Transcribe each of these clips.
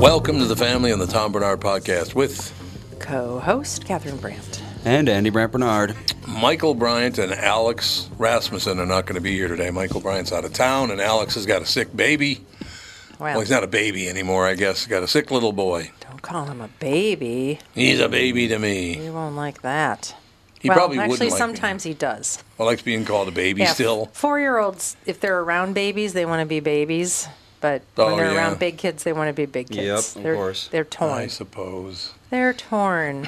Welcome to the family on the Tom Bernard podcast with Co host Catherine Brandt. And Andy Brant Bernard. Michael Bryant and Alex Rasmussen are not going to be here today. Michael Bryant's out of town, and Alex has got a sick baby. Well, Well, Oh, he's not a baby anymore, I guess. He's got a sick little boy. don't call him a baby. He's a baby to me. He won't like that. He well, probably actually, wouldn't like sometimes he does. Me. I like being called a baby still. Four year olds, if they're around babies, they want to be babies. But Oh, when they're yeah. around big kids, they want to be big Yep, kids. of they're, course. They're torn. I suppose. They're torn.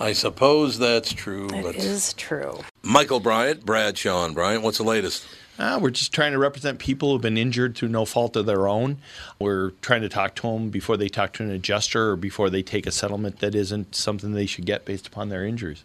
I suppose that's true. It is but true. Michael Bryant, Brad Sean Bryant, what's the latest? Uh, we're just trying to represent people who've been injured through no fault of their own. We're trying to talk to them before they talk to an adjuster or before they take a settlement that isn't something they should get based upon their injuries.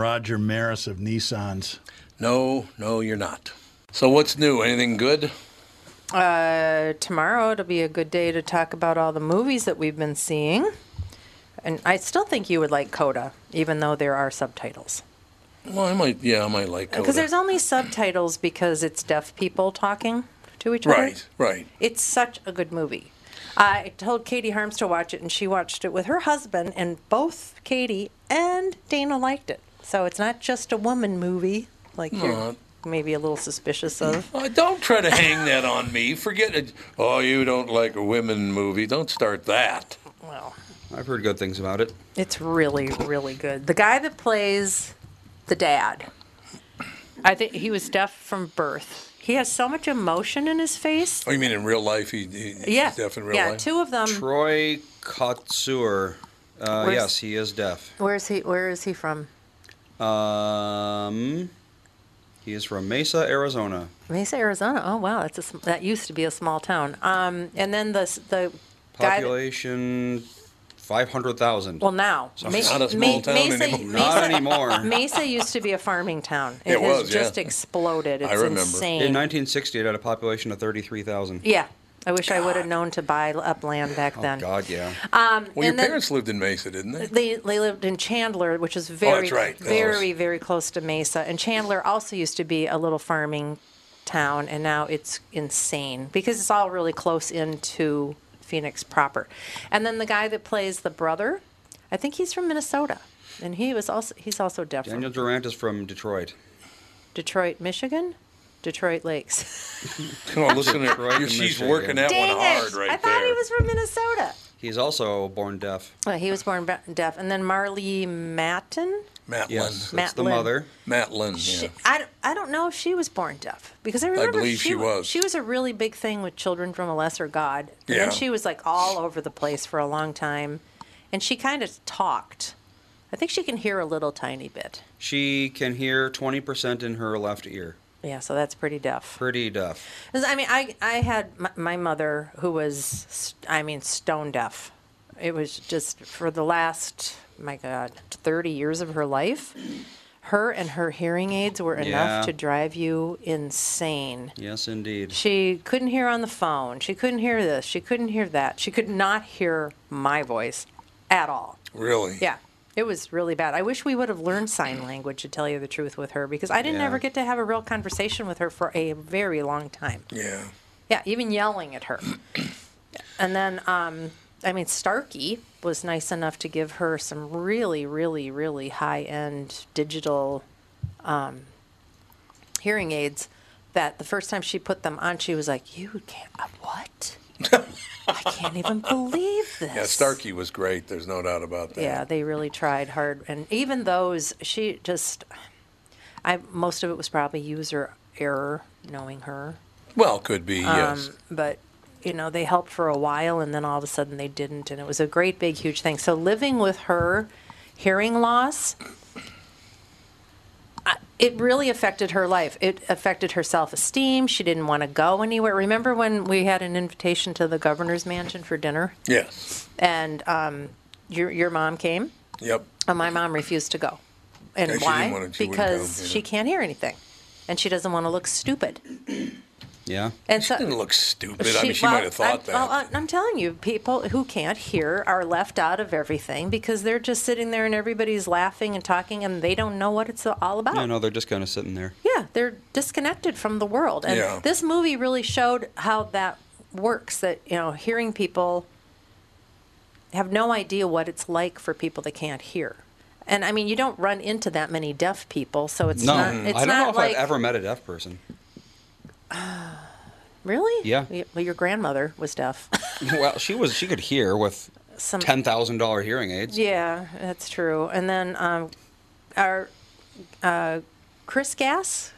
Roger Maris of Nissans. No, no, you're not. So, what's new? Anything good? Uh, tomorrow, it'll be a good day to talk about all the movies that we've been seeing. And I still think you would like Coda, even though there are subtitles. Well, I might, yeah, I might like Because Coda. there's only subtitles because it's deaf people talking to each other. Right, right. It's such a good movie. I told Katie Harms to watch it, and she watched it with her husband, and both Katie and Dana liked it. So it's not just a woman movie, like Aw. you're maybe a little suspicious of. Oh, don't try to hang that on me. Forget it. Oh, you don't like a women movie. Don't start that. Well, I've heard good things about it. it's really, really good. The guy that plays the dad, I think he was deaf from birth. He has so much emotion in his face. Oh, you mean in real life? He, he, Yeah, He's deaf in real yeah. life? Two of them. Troy Kotsur. Uh, Where's- yes, he is deaf. Where is he? Where is he from? Um, he is from Mesa, Arizona. Mesa, Arizona. Oh wow, that's a sm- that used to be a small town. Um, and then the s- the guy. That, Population 500,000. well, now So it's not a small town anymore. Not anymore. Mesa used to be a farming town. It, It has was, yeah. just exploded. It's I remember. insane. In 1960, it had a population of 33,000. yeah, I wish I would have known to buy up land back then. Oh, Um, God, yeah. Oh, Well, your and then- Uh, parents lived in Mesa, didn't they? They, they lived in Chandler, which is very, Oh, that's right. That's very, very close to Mesa. And Chandler also used to be a little farming town, and now it's insane because it's all really close into Phoenix proper. And then the guy that plays the brother, I think he's from Minnesota, and he was also he's also deaf Daniel from Durant is from Detroit. Detroit, Michigan, Detroit Lakes. Oh, listen, to Detroit her. and she's Michigan. working that Dang one hard it! right I thought there. he was from Minnesota. He's also born deaf. Well, he was born ba- deaf, and then Marley Matten. Matt Lynn. Yes, Matt that's the Lynn. mother. Matt Lynn. Yeah. She, I, don't- I don't know if she was born deaf because I remember believe she wa- was. She was a really big thing with children from a lesser god. And Yeah. then she was like all over the place for a long time, and she kind of talked I think she can hear a little tiny bit. She can hear 20% in her left ear. Yeah, so that's pretty deaf. Pretty deaf. 'Cause, I mean, I I had my, my mother who was s- I mean stone deaf. It was just for the last my God, thirty years of her life. Her and her hearing aids were Yeah. enough to drive you insane. Yes, indeed. She couldn't hear on the phone. She couldn't hear this. She couldn't hear that. She could not hear my voice at all. Really? Yeah. It was really bad. I wish we would have learned sign language to tell you the truth with her because I didn't Yeah. ever get to have a real conversation with her for a very long time. Yeah. Yeah, even yelling at her. and then, um, I mean, Starkey was nice enough to give her some really, really, really high end digital um, hearing aids that the first time she put them on, she was like, You can't, uh, what? I can't even believe this. Yeah, Starkey was great. There's no doubt about that. Yeah, they really tried hard, and even those, she just, I most of it was probably user error, knowing her. Um, Well, could be, yes. But you know, they helped for a while, and then all of a sudden they didn't, and it was a great big huge thing. So living with her hearing loss. I- It really affected her life. It affected her self esteem. She didn't want to go anywhere. Remember when we had an invitation to the governor's mansion for dinner, Yes. and um, your your mom came? Yep. And my mom refused to go. And Yeah, she why? didn't want to- she wouldn't because go, yeah. she can't hear anything. And she doesn't want to look stupid. Yeah. And She so didn't look stupid. I mean, she well, might have thought I'm, that. well, I'm- I'm telling you, people who can't hear are left out of everything because they're just sitting there and everybody's laughing and talking and they don't know what it's all about. You know, they're just kind of sitting there. Yeah, they're disconnected from the world. And Yeah. this movie really showed how that works that, you know, hearing people have no idea what it's like for people that can't hear. And I mean, you don't run into that many deaf people, so it's No, not it's I don't not know if like I've ever met a deaf person. Really? Yeah. Y- Well, your grandmother was deaf. well, she was. She could hear with Some- ten thousand dollar hearing aids. yeah, that's true. And then um our uh Chris Gass,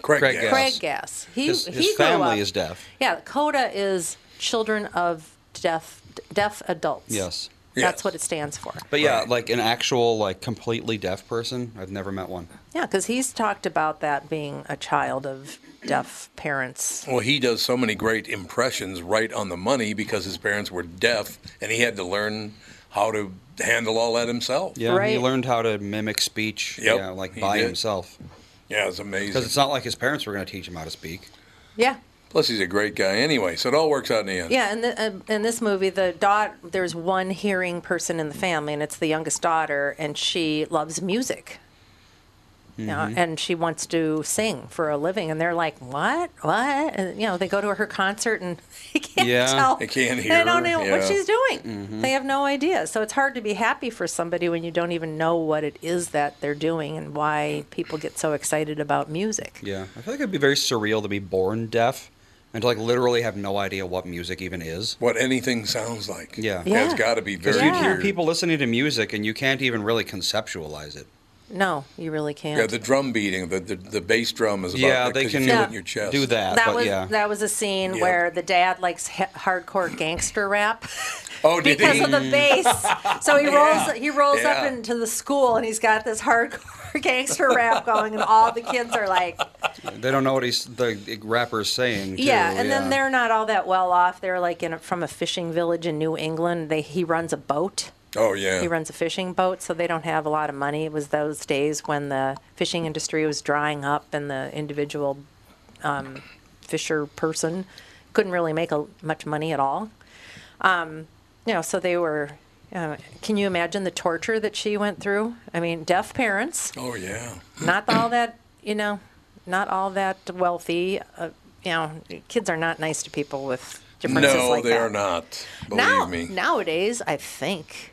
Craig, Craig Gass. Craig Gass. He His, he his grew family up- is deaf. Yeah, CODA is Children of Deaf Deaf Adults. Yes. Yes. That's what it stands for. But yeah, Right. like an actual like completely deaf person, I've never met one. Yeah, because he's talked about that being a child of deaf parents. Well, he does so many great impressions right on the money because his parents were deaf and he had to learn how to handle all that himself. Yeah, he Right. learned how to mimic speech. Yep, yeah, like he by did. himself. Yeah, it's amazing. Because it's not like his parents were going to teach him how to speak. Yeah. Plus, he's a great guy anyway, so it all works out in the end. Yeah, and the, uh, in this movie, the daughter, there's one hearing person in the family, and it's the youngest daughter, and she loves music. You Mm-hmm. know, Mm-hmm. and she wants to sing for a living, and they're like, "What? What?" And you know, they go to her concert, and they can't Yeah, Mm-hmm. tell. they can't They don't hear, know yeah. Mm-hmm. what she's doing. They have no idea. So it's hard to be happy for somebody when you don't even know what it is that they're doing and why people get so excited about music. Yeah, I feel like it'd be very surreal to be born deaf and to like literally have no idea what music even is. What anything sounds like. Yeah. yeah. That's Yeah. got to be very Because you'd hear Yeah. people listening to music and you can't even really conceptualize it. No, you really can't. Yeah, the drum beating, the, the, the bass drum is about Yeah, that they 'cause you can feel it Yeah. in your chest. do that. that but was yeah. that was a scene Yeah. where the dad likes he- hardcore gangster rap Oh, did because he? of the bass. So he Yeah. rolls he rolls Yeah. up into the school and he's got this hardcore gangster rap going, and all the kids are like, They don't know what he's the the rapper's saying. too, yeah. And yeah. then they're not all that well off. They're like in a, from a fishing village in New England. They he runs a boat. oh, yeah. He runs a fishing boat, so they don't have a lot of money. It was those days when the fishing industry was drying up, and the individual um, fisher person couldn't really make a, much money at all. Um, you know, so they were. Uh, can you imagine the torture that she went through? I mean, deaf parents, Oh, yeah. not all that, you know, not all that wealthy. Uh, you know, kids are not nice to people with differences No, like they that are not. Believe now, me. Nowadays, I think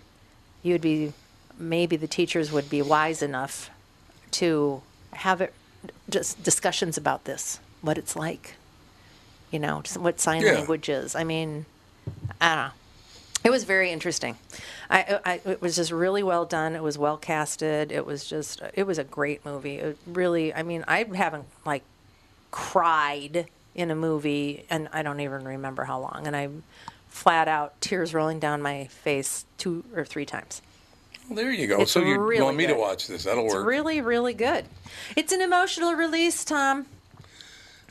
you'd be maybe the teachers would be wise enough to have it just discussions about this, what it's like, you know, just what sign Yeah. language is. I mean, I don't know. It was very interesting. I, I, it was just really well done. It was well casted. It was just, it was a great movie. It really, I mean, I haven't like cried in a movie, and I don't even remember how long. And I, flat out, tears rolling down my face two or three times. There you go. It's so you really want me to good. watch this? That'll It's work. really, really good. It's an emotional release, Tom.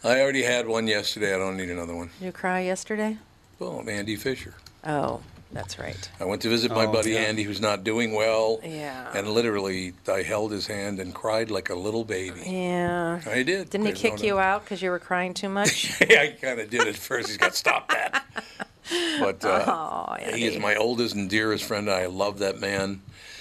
I already had one yesterday. I don't need another one. Did you cry yesterday? Well, Andy Fisher. Oh, that's right. I went to visit my Oh, buddy yeah. Andy, who's not doing well. Yeah. And literally, I held his hand and cried like a little baby. Yeah. I did. Didn't he There's no kick doubt. you out because you were crying too much? Yeah, I kind of did at first. He's got stop that. But uh, Aw, he is Andy. my oldest and dearest friend. I love that man.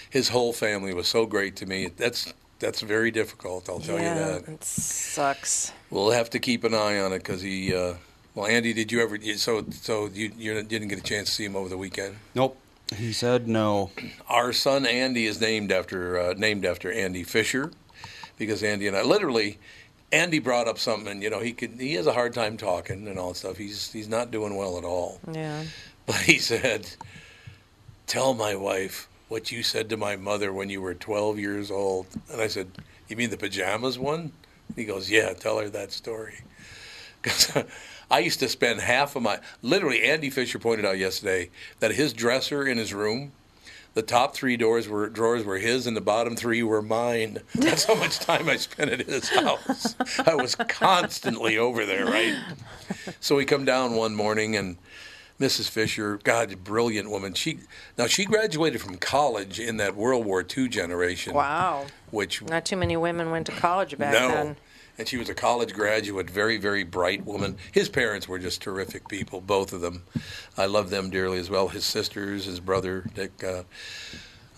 His whole family was so great to me. That's that's very difficult. I'll tell yeah, you that. it sucks. We'll have to keep an eye on it because he. Uh, well, Andy, did you ever? you- So so you you didn't get a chance to see him over the weekend. Nope. He said no. Our son Andy is named after uh, named after Andy Fisher, because Andy and I literally, Andy brought up something. And, you know, he could he has a hard time talking and all that stuff. He's he's not doing well at all. Yeah. But he said, Tell my wife what you said to my mother when you were 12 years old. And I said, You mean the pajamas one? He goes, Yeah, tell her that story. Because I used to spend half of my, literally, Andy Fisher pointed out yesterday that his dresser in his room. The top three doors were drawers were his, and the bottom three were mine. That's how much time I spent at his house. I was constantly over there, right? So we come down one morning, and Mrs. Fisher, God, brilliant woman. She now she graduated from college in that World War II generation. Wow. Which Not too many women went to college back no. then. And she was a college graduate, very, very bright woman. His parents were just terrific people, both of them. I love them dearly as well. His sisters, his brother, Dick. Uh,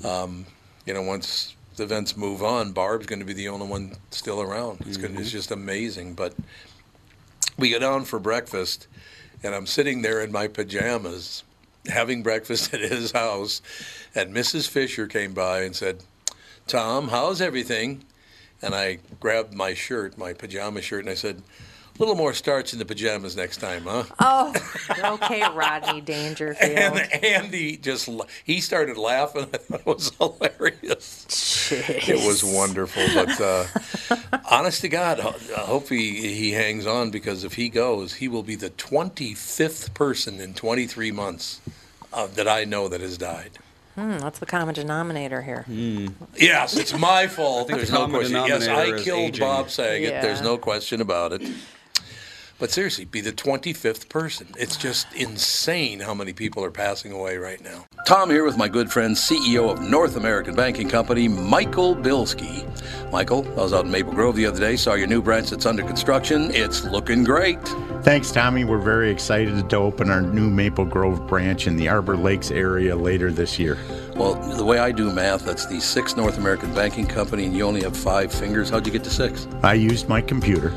um, you know, once the events move on, Barb's going to be the only one still around. It's, gonna, it's just amazing. But we go down for breakfast, and I'm sitting there in my pajamas having breakfast at his house, and Mrs. Fisher came by and said, Tom, how's everything? And I grabbed my shirt, my pajama shirt, and I said, a little more starch in the pajamas next time, huh? Oh, okay, Rodney Dangerfield. And Andy just, la- he started laughing. I thought it was hilarious. It was wonderful. But uh, honest to God, ho- I hope he, he hangs on because if he goes, he will be the 25th person in 23 months uh, that I know that has died. Hmm, What's the common denominator here? Mm. Yes, it's my fault. think There's the no common question. Yes, I denominator is killed aging. Bob Saget. There's Yeah. no question about it. But seriously, be the 25th person. It's just insane how many people are passing away right now. Tom here with my good friend, CEO of North American Banking Company, Michael Bilski. Michael, I was out in Maple Grove the other day, saw your new branch that's under construction. It's looking great. Thanks, Tommy. We're very excited to open our new Maple Grove branch in the Arbor Lakes area later this year. Well, the way I do math, that's the sixth North American Banking Company, and you only have five fingers. How'd you get to six? I used my computer.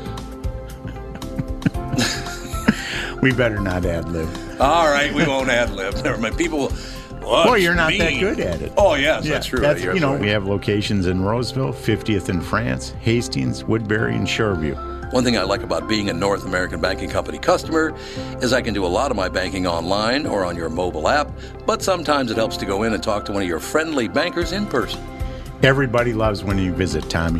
we better not ad lib. All right, we won't ad lib. Never mind. People will. Oh, Well, you're it's not that mean. good at it. Oh, yes, that's true. You're you know, right. we have locations in Roseville, 50th in France, Hastings, Woodbury, and Shoreview. One thing I like about being a North American Banking Company customer is I can do a lot of my banking online or on your mobile app, but sometimes it helps to go in and talk to one of your friendly bankers in person. Everybody loves when you visit, Tommy.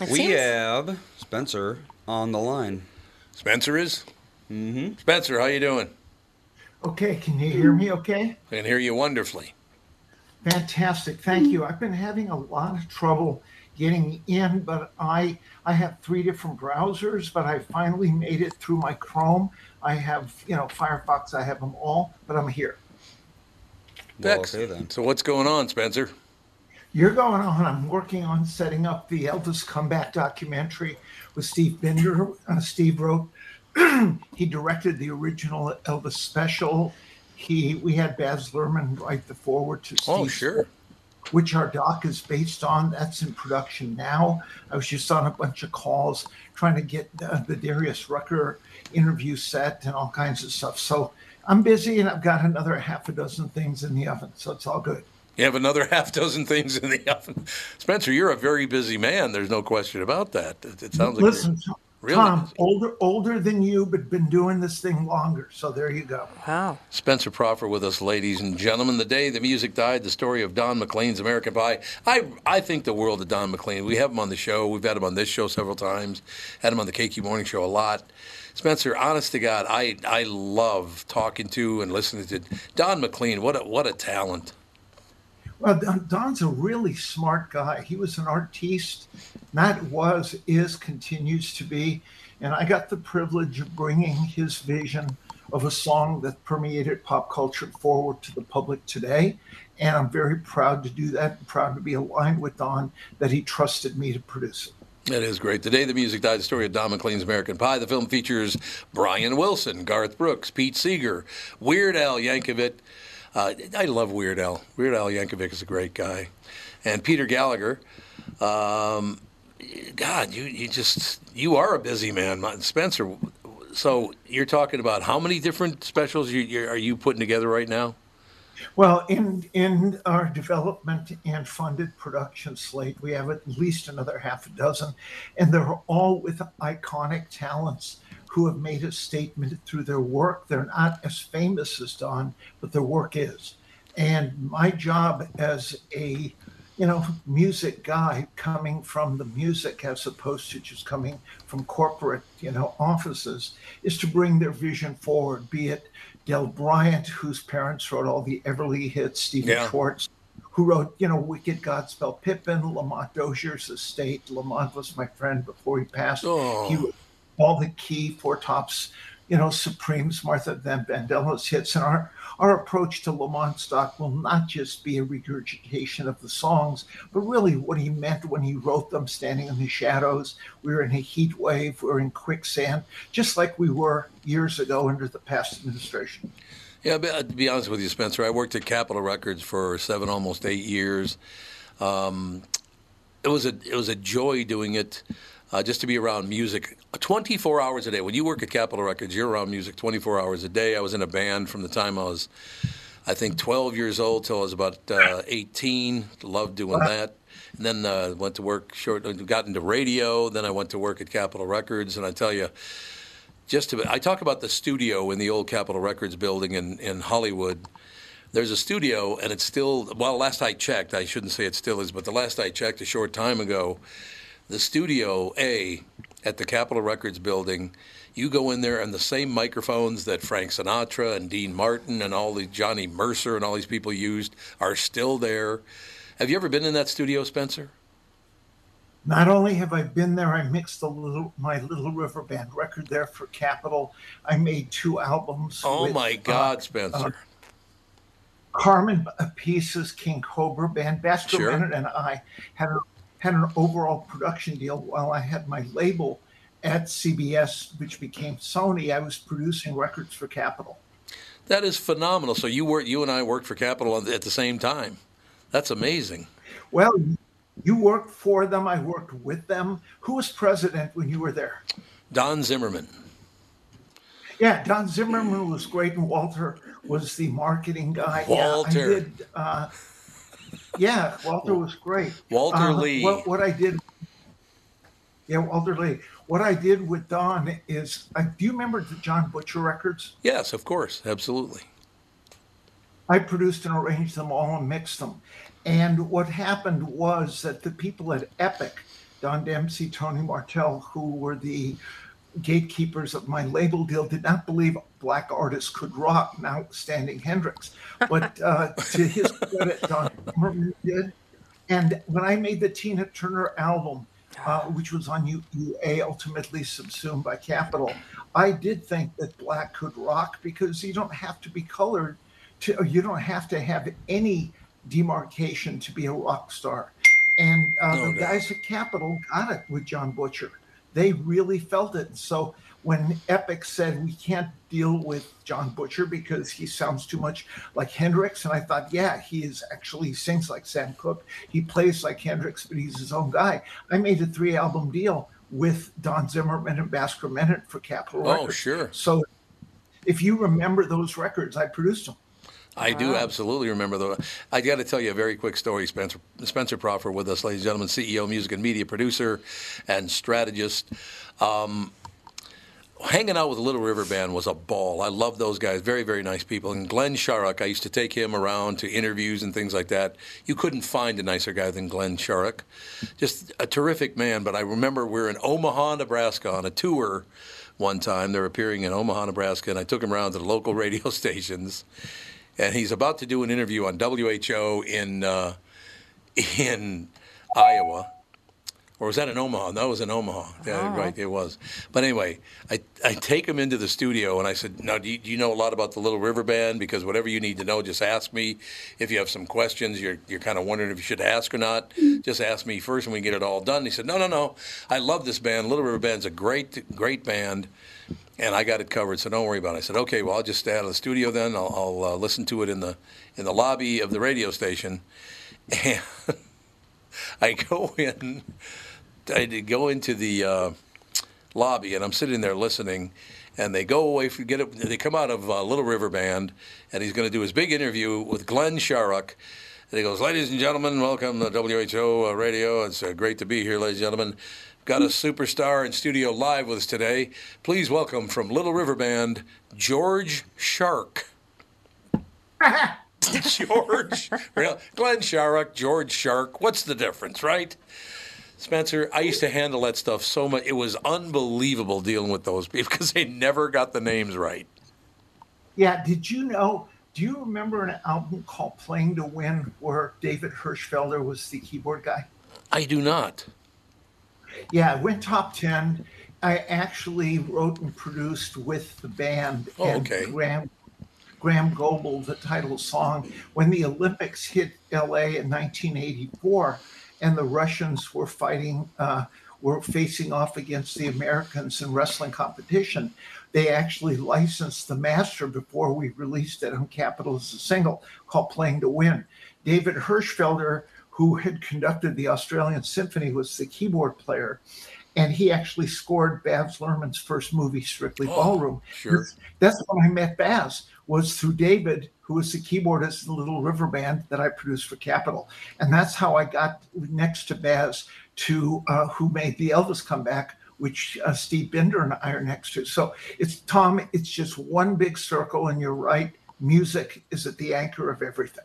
It we seems- have Spencer on the line. Spencer is. Mm-hmm. Spencer, how you doing? Okay, can you hear me okay? I can hear you wonderfully. Fantastic. Thank you. I've been having a lot of trouble getting in, but I I have three different browsers, but I finally made it through my Chrome. I have, you know, Firefox, I have them all, but I'm here. Well, okay Excellent. then. So what's going on, Spencer? You're going on. I'm working on setting up the Elvis comeback documentary with Steve Binder. Uh, Steve wrote, he directed the original Elvis special. He we had Baz Luhrmann write the forward to Steve. Oh, sure. which our doc is based on. That's in production now. I was just on a bunch of calls trying to get uh, the Darius Rucker interview set and all kinds of stuff. So I'm busy and I've got another half a dozen things in the oven. So it's all good. You have another half dozen things in the oven. Spencer, you're a very busy man. There's no question about that. It, it sounds like you're Listen, Tom, really busy. older older than you, but been doing this thing longer. So there you go. Wow. Spencer Proffer with us, ladies and gentlemen. The day the music died, the story of Don McLean's American Pie. I, I think the world of Don McLean. We have him on the show. We've had him on this show several times, had him on the KQ Morning Show a lot. Spencer, honest to God, I, I love talking to and listening to Don McLean. What a, what a talent. Well, Don- Don's a really smart guy. He was an artiste, not was, is, continues to be. And I got the privilege of bringing his vision of a song that permeated pop culture forward to the public today. And I'm very proud to do that and proud to be aligned with Don that he trusted me to produce it. That is great. Today, the music died. The story of Don McLean's American Pie. The film features Brian Wilson, Garth Brooks, Pete Seeger, Weird Al Yankovic. Uh, I love Weird Al. Weird Al Yankovic is a great guy, and Peter Gallagher. Um, God, you you just you are a busy man, Martin Spencer. So you're talking about how many different specials you, you are you putting together right now? Well, in in our development and funded production slate, we have at least another half a dozen, and they're all with iconic talents who have made a statement through their work. They're not as famous as Don, but their work is. And my job as a you know music guy coming from the music as opposed to just coming from corporate you know offices is to bring their vision forward be it Del Bryant, whose parents wrote all the Everly hits, Stephen Yeah. Schwartz, who wrote, you know, Wicked Godspell Pippin, Lamont Dozier's estate. Lamont was my friend before he passed. Oh. He wrote all the key Four Tops, you know, Supremes, Martha Van Vandello's hits. And our, our approach to Lamont stock will not just be a regurgitation of the songs, but really what he meant when he wrote them standing in the shadows. We were in a heat wave, we were in quicksand, just like we were years ago under the past administration. Yeah, but, uh, to be honest with you, Spencer, I worked at Capitol Records for seven, almost eight years. Um, it was a it was a joy doing it, uh, just to be around music twenty four hours a day. When you work at Capitol Records, you're around music twenty four hours a day. I was in a band from the time I was, I think, twelve years old till I was about uh, eighteen. Loved doing that. And then uh, went to work short. Got into radio. Then I went to work at Capitol Records, and I tell you just to, I talk about the studio in the old Capitol Records building in, in Hollywood. There's a studio, and it's still, well, last I checked, I shouldn't say it still is, but the last I checked a short time ago, the studio A at the Capitol Records building, you go in there and the same microphones that Frank Sinatra and Dean Martin and all the Johnny Mercer and all these people used are still there. Have you ever been in that studio, Spencer? Not only have I been there, I mixed a little my Little River Band record there for Capitol. I made two albums. Oh with, my uh, God, Spencer. Carmen Apice's King Cobra Band. Baskin Sure. Bennett and I had a, had an overall production deal while I had my label at CBS, which became Sony. I was producing records for Capitol. That is phenomenal. So you were you and I worked for Capital on- at the same time. That's amazing. Well, you worked for them. I worked with them. Who was president when you were there? Don Zimmerman. Yeah, Don Zimmerman was great, and Walter was the marketing guy. Yeah, I Walter. did, uh, yeah, Walter was great. Walter Uh, Lee. What, what I did. Yeah, Walter Lee. What I did with Don is, I, do you remember the John Butcher records? Yes, of course, absolutely. I produced and arranged them all and mixed them. And what happened was that the people at Epic, Don Dempsey, Tony Martell, who were the gatekeepers of my label deal, did not believe black artists could rock, notwithstanding Hendrix. But uh, to his credit, Don Zimmerman did. And when I made the Tina Turner album, uh, which was on U- UA, ultimately subsumed by Capitol, I did think that black could rock because you don't have to be colored to or you don't have to have any demarcation to be a rock star. And uh, Oh, No the doubt. guys at Capitol got it with John Butcher. they really felt it. And so when Epic said we can't deal with John Butcher because he sounds too much like Hendrix, and I thought, yeah, he is actually he sings like Sam Cooke, he plays like Hendrix, but he's his own guy. I made a three album deal with Don Zimmerman and Basker Menon for Capitol Oh, Records. sure. So if you remember those records, I produced them. I do absolutely remember though. I got to tell you a very quick story. Spencer Spencer Proffer with us, ladies and gentlemen, CEO, music and media producer, and strategist. Um, hanging out with Little River Band was a ball. I love those guys. Very very nice people. And Glenn Sharrock, I used to take him around to interviews and things like that. You couldn't find a nicer guy than Glenn Sharrock. Just a terrific man. But I remember we were in Omaha, Nebraska, on a tour. One time they're appearing in Omaha, Nebraska, and I took him around to the local radio stations and he's about to do an interview on WHO in uh, in Iowa, or was that in Omaha? That was in Omaha. Yeah, right, it was. But anyway, I, I take him into the studio and I said, "Now, do you, do you know a lot about the Little River Band? Because whatever you need to know, just ask me. If you have some questions, you're you're kind of wondering if you should ask or not. Just ask me first, and we get it all done." He said, "No, no, no. I love this band. Little River Band's a great great band." and I got it covered, so don't worry about it. I said, okay, well, I'll just stay out of the studio then. I'll, I'll uh, listen to it in the in the lobby of the radio station. And I go in, I did go into the uh, lobby, and I'm sitting there listening. And they go away, from, get it, they come out of uh, Little River Band, and he's going to do his big interview with Glenn Sharrock. And he goes, Ladies and gentlemen, welcome to WHO uh, Radio. It's uh, great to be here, ladies and gentlemen. Got a superstar in studio live with us today. Please welcome from Little River Band, George Shark. George, real- Glenn Sharrock, George Shark. What's the difference, right? Spencer, I used to handle that stuff so much. It was unbelievable dealing with those people because they never got the names right. Yeah, did you know? Do you remember an album called Playing to Win where David Hirschfelder was the keyboard guy? I do not. Yeah, it went top 10. I actually wrote and produced with the band Oh, and okay. Graham, Graham Goble, the title song. When the Olympics hit LA in 1984 and the Russians were fighting, uh, were facing off against the Americans in wrestling competition, they actually licensed the master before we released it on Capitol as a single called Playing to Win. David Hirschfelder who had conducted the Australian Symphony, was the keyboard player. And he actually scored Baz Luhrmann's first movie, Strictly Ballroom. sure. That's when I met Baz, was through David, who was the keyboardist in the Little River Band that I produced for Capitol. And that's how I got next to Baz to uh, who made the Elvis comeback, which uh, Steve Binder and I are next to. So it's, Tom, it's just one big circle, and you're right. Music is at the anchor of everything.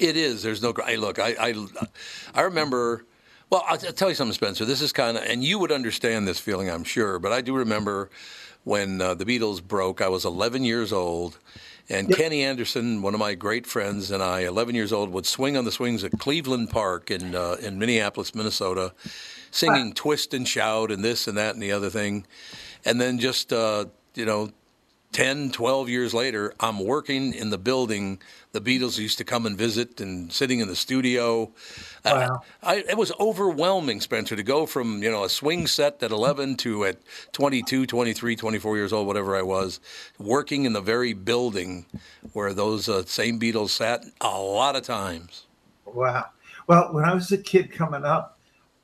It is. There's no. I look. I. I, I remember. Well, I'll, I'll tell you something, Spencer. This is kind of, and you would understand this feeling, I'm sure. But I do remember when uh, the Beatles broke. I was 11 years old, and Kenny Anderson, one of my great friends, and I, 11 years old, would swing on the swings at Cleveland Park in uh, in Minneapolis, Minnesota, singing "Twist and Shout" and this and that and the other thing, and then just uh, you know 10, 12 years later, I'm working in the building the Beatles used to come and visit and sitting in the studio. Wow. I, it was overwhelming, Spencer, to go from, you know, a swing set at 11 to at 22, 23, 24 years old, whatever I was, working in the very building where those uh, same Beatles sat a lot of times. Wow. Well, when I was a kid coming up,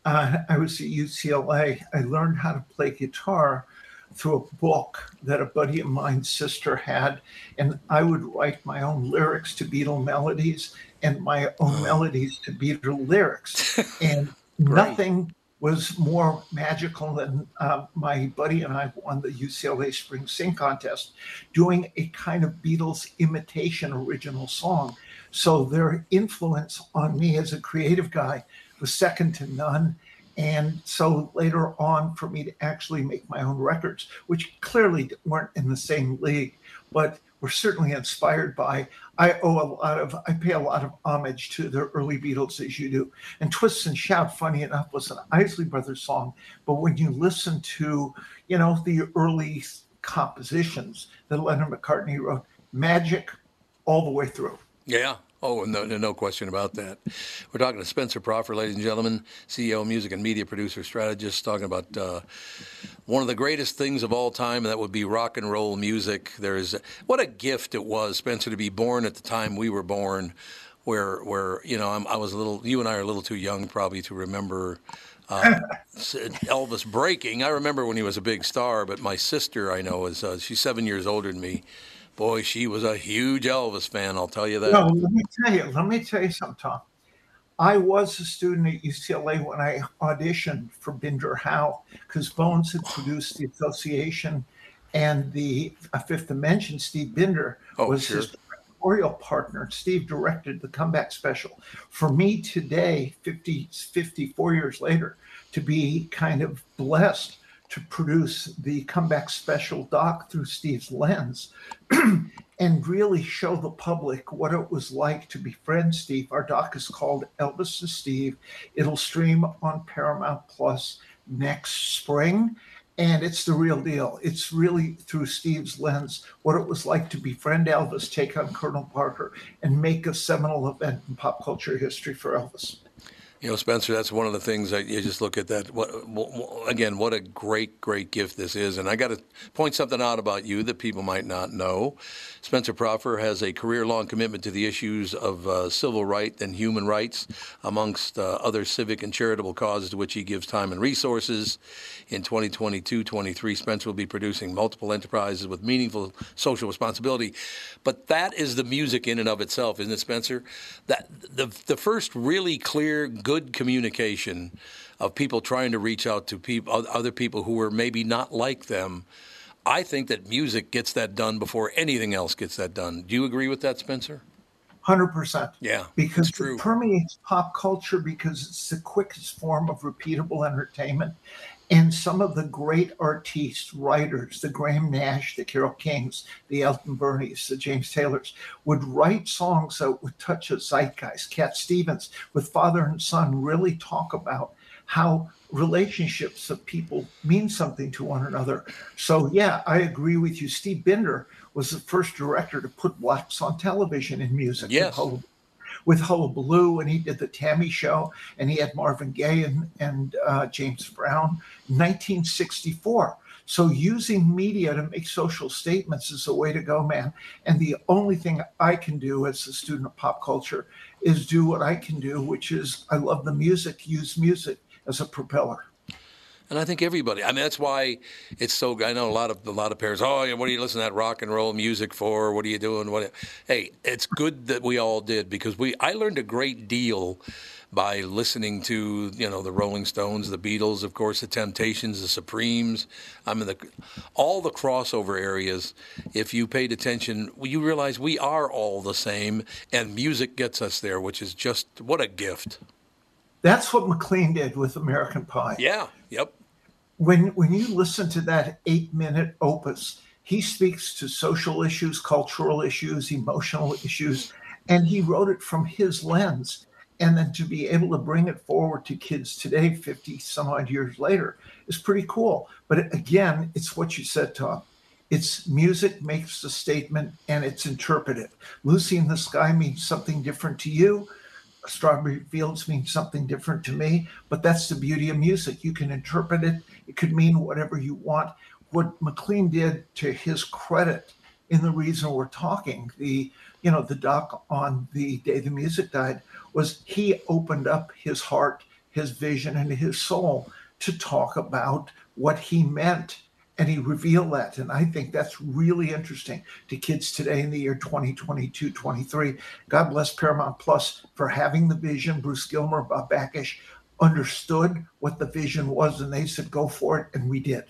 uh, I was at UCLA. I learned how to play guitar through a book that a buddy of mine's sister had, and I would write my own lyrics to Beatle melodies and my own melodies to Beatle lyrics. And nothing was more magical than uh, my buddy and I won the UCLA Spring Sing Contest doing a kind of Beatles imitation original song. So their influence on me as a creative guy was second to none. And so later on, for me to actually make my own records, which clearly weren't in the same league, but were certainly inspired by. I owe a lot of, I pay a lot of homage to the early Beatles as you do. And Twist and Shout, funny enough, was an Isley Brothers song. But when you listen to, you know, the early compositions that Lennon McCartney wrote, magic all the way through. Yeah. Oh, no, no, no question about that. We're E talking to Spencer Proffer, ladies and gentlemen, CEO, music and media producer, strategist, talking about uh, one of the greatest things of all time, and that would be rock and roll music. There is what a gift it was, Spencer, to be born at the time we were born, where where you know I'm, I was a little, you and I are a little too young probably to remember uh, Elvis breaking. I remember when he was a big star, but my sister I know is uh, she's seven years older than me. Boy, she was a huge Elvis fan. I'll tell you that. Well, let me tell you, let me tell you something, Tom. I was a student at UCLA when I auditioned for Binder Howe because Bones had produced The Association and the uh, Fifth Dimension. Steve Binder Oh, was sure. his directorial partner. Steve directed the comeback special. For me today, 50, 54 years later, to be kind of blessed to produce the comeback special doc through Steve's lens and really show the public what it was like to befriend Steve. Our doc is called Elvis and Steve. It'll stream on Paramount Plus next spring. And it's the real deal. It's really through Steve's lens what it was like to befriend Elvis, take on Colonel Parker, and make a seminal event in pop culture history for Elvis. You know, Spencer, that's one of the things that you just look at that. What, wh- wh- again, what a great, great gift this is. And I got to point something out about you that people might not know. Spencer Proffer has a career long commitment to the issues of uh, civil right and human rights, amongst uh, other civic and charitable causes to which he gives time and resources. In 2022 23, Spencer will be producing multiple enterprises with meaningful social responsibility. But that is the music in and of itself, isn't it, Spencer? That the, the first really clear, good communication of people trying to reach out to peop other people who were maybe not like them. I think that music gets that done before anything else gets that done. Do you agree with that, Spencer? Hundred percent. Yeah, it's because true. it permeates pop culture because it's the quickest form of repeatable entertainment. And some of the great artistes, writers, the Graham Nash, the Carol Kings, the Elton Bernies, the James Taylors, would write songs that would touch a zeitgeist. Cat Stevens, with father and son, really talk about how relationships of people mean something to one another. So, yeah, I agree with you. Steve Binder was the first director to put blacks on television in music. Yes. Hol- With Hullabaloo, and he did the Tammy Show, and he had Marvin Gaye and, and uh, James Brown, 1964. So using media to make social statements is the way to go, man. And the only thing I can do as a student of pop culture is do what I can do, which is I love the music, use music as a propeller. And I think everybody. I mean, that's why it's so. I know a lot of a lot of parents. Oh, yeah, what are you listening to that rock and roll music for? What are you doing? What? Hey, it's good that we all did because we. I learned a great deal by listening to you know the Rolling Stones, the Beatles, of course, the Temptations, the Supremes. I mean, the all the crossover areas. If you paid attention, you realize we are all the same, and music gets us there, which is just what a gift. That's what McLean did with American Pie. Yeah. Yep. when when you listen to that eight minute opus he speaks to social issues cultural issues emotional issues and he wrote it from his lens and then to be able to bring it forward to kids today 50 some odd years later is pretty cool but again it's what you said tom it's music makes the statement and it's interpretive lucy in the sky means something different to you Strawberry Fields means something different to me, but that's the beauty of music. You can interpret it, it could mean whatever you want. What McLean did to his credit in the reason we're talking, the you know, the doc on the day the music died was he opened up his heart, his vision, and his soul to talk about what he meant. And he revealed that. And I think that's really interesting to kids today in the year 2022, 23. God bless Paramount Plus for having the vision. Bruce Gilmer, Bob Backish understood what the vision was, and they said, go for it. And we did.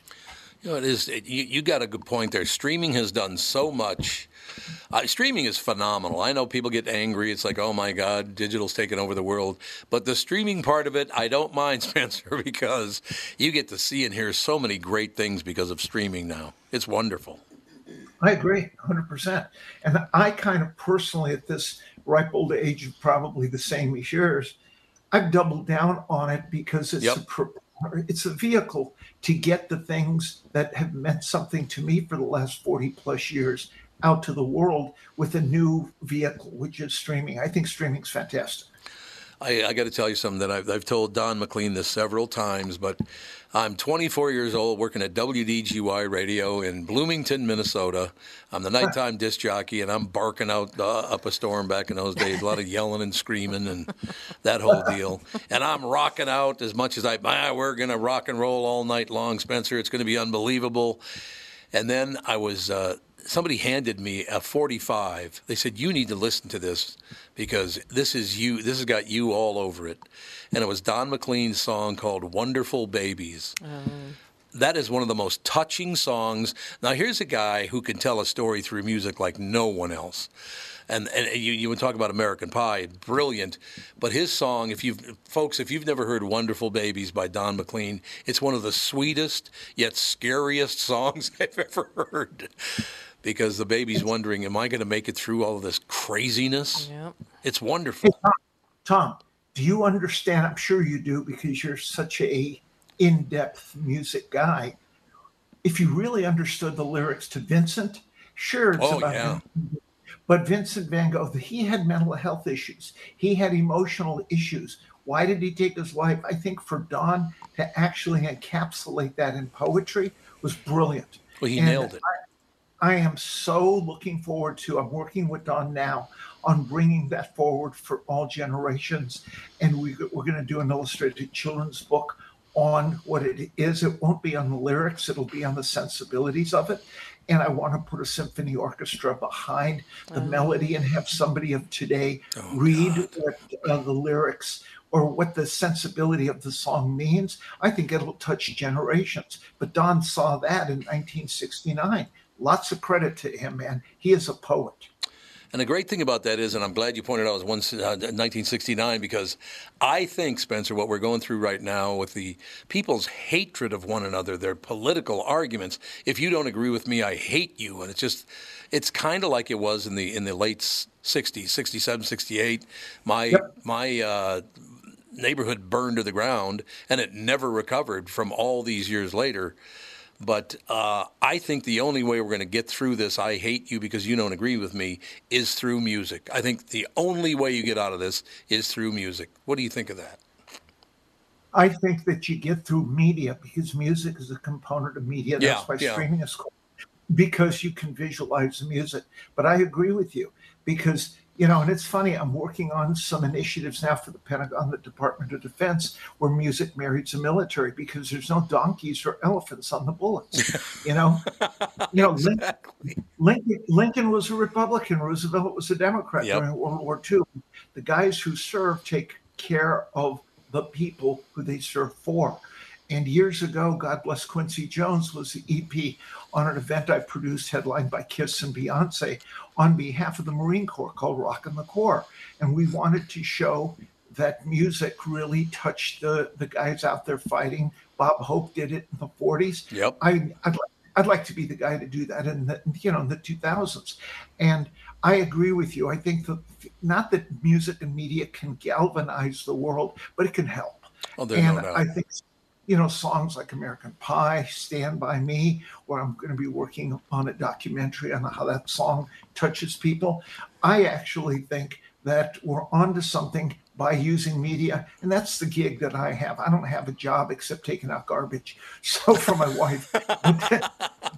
You know, it is. It, you, you got a good point there. Streaming has done so much. Uh, streaming is phenomenal. I know people get angry. It's like, oh my God, digital's taken over the world. But the streaming part of it, I don't mind, Spencer, because you get to see and hear so many great things because of streaming now. It's wonderful. I agree 100%. And I kind of personally, at this ripe old age of probably the same as yours, I've doubled down on it because it's Yep. a pro- it's a vehicle to get the things that have meant something to me for the last 40 plus years out to the world with a new vehicle, which is streaming. I think streaming's fantastic. I, I got to tell you something that I've, I've told Don McLean this several times, but I'm 24 years old, working at WDGY Radio in Bloomington, Minnesota. I'm the nighttime disc jockey, and I'm barking out uh, up a storm back in those days. A lot of yelling and screaming and that whole deal. And I'm rocking out as much as I. Ah, we're gonna rock and roll all night long, Spencer. It's gonna be unbelievable. And then I was uh, somebody handed me a 45. They said you need to listen to this because this is you. This has got you all over it. And it was Don McLean's song called "Wonderful Babies." Mm. That is one of the most touching songs. Now here's a guy who can tell a story through music like no one else. And, and you, you would talk about American Pie, brilliant. But his song, if you've folks, if you've never heard "Wonderful Babies" by Don McLean, it's one of the sweetest yet scariest songs I've ever heard. Because the baby's wondering, "Am I going to make it through all of this craziness?" Yep. It's wonderful. Tom, do you understand? I'm sure you do because you're such a in-depth music guy. If you really understood the lyrics to Vincent, sure, it's Oh, about yeah. him. But Vincent Van Gogh, he had mental health issues. He had emotional issues. Why did he take his life? I think for Don to actually encapsulate that in poetry was brilliant. Well, he And nailed it. I am so looking forward to. I'm working with Don now on bringing that forward for all generations, and we, we're going to do an illustrated children's book on what it is. It won't be on the lyrics; it'll be on the sensibilities of it. And I want to put a symphony orchestra behind the melody and have somebody of today read what uh, the lyrics or what the sensibility of the song means, I think it'll touch generations. But Don saw that in 1969. Lots of credit to him, man. He is a poet. And the great thing about that is, and I'm glad you pointed out, it was once, uh, 1969 because I think, Spencer, what we're going through right now with the people's hatred of one another, their political arguments. If you don't agree with me, I hate you, and it's just, it's kind of like it was in the in the late s- 60s, 67, 68. My my uh, neighborhood burned to the ground, and it never recovered from all these years later. But uh, I think the only way we're going to get through this, I hate you because you don't agree with me, is through music. I think the only way you get out of this is through music. What do you think of that? I think that you get through media because music is a component of media. That's Yeah, why yeah. streaming is cool because you can visualize the music. But I agree with you because, you know, and it's funny, I'm working on some initiatives now for the Pentagon, the Department of Defense, where music marries the military because there's no donkeys or elephants on the bullets. You know, you know, Lin- Lincoln, Lincoln was a Republican. Roosevelt was a Democrat Yep. during World War II. The guys who serve take care of the people who they serve for. And years ago, God bless Quincy Jones was the EP on an event I produced headlined by Kiss and Beyonce on behalf of the Marine Corps called Rock and the Corps. And we wanted to show that music really touched the, the guys out there fighting. Bob Hope did it in the 40s. Yep. I, I'd, li- I'd like to be the guy to do that in the you know in the 2000s, and I agree with you. I think that not that music and media can galvanize the world, but it can help. Oh, there's and no doubt. I think you know songs like American Pie, Stand by Me, where I'm going to be working on a documentary on how that song touches people. I actually think that we're onto something by using media, and that's the gig that I have. I don't have a job except taking out garbage, so for my wife.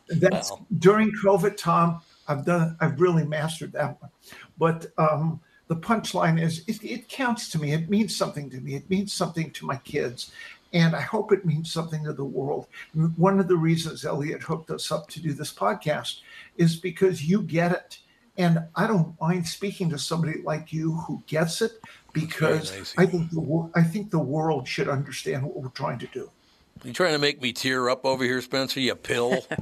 That's during COVID, Tom. I've done. I've really mastered that one. But um, the punchline is, it, it counts to me. It means something to me. It means something to my kids, and I hope it means something to the world. M- One of the reasons Elliot hooked us up to do this podcast is because you get it, and I don't mind speaking to somebody like you who gets it because nice of I you. think the wor- I think the world should understand what we're trying to do. You trying to make me tear up over here, Spencer? You pill.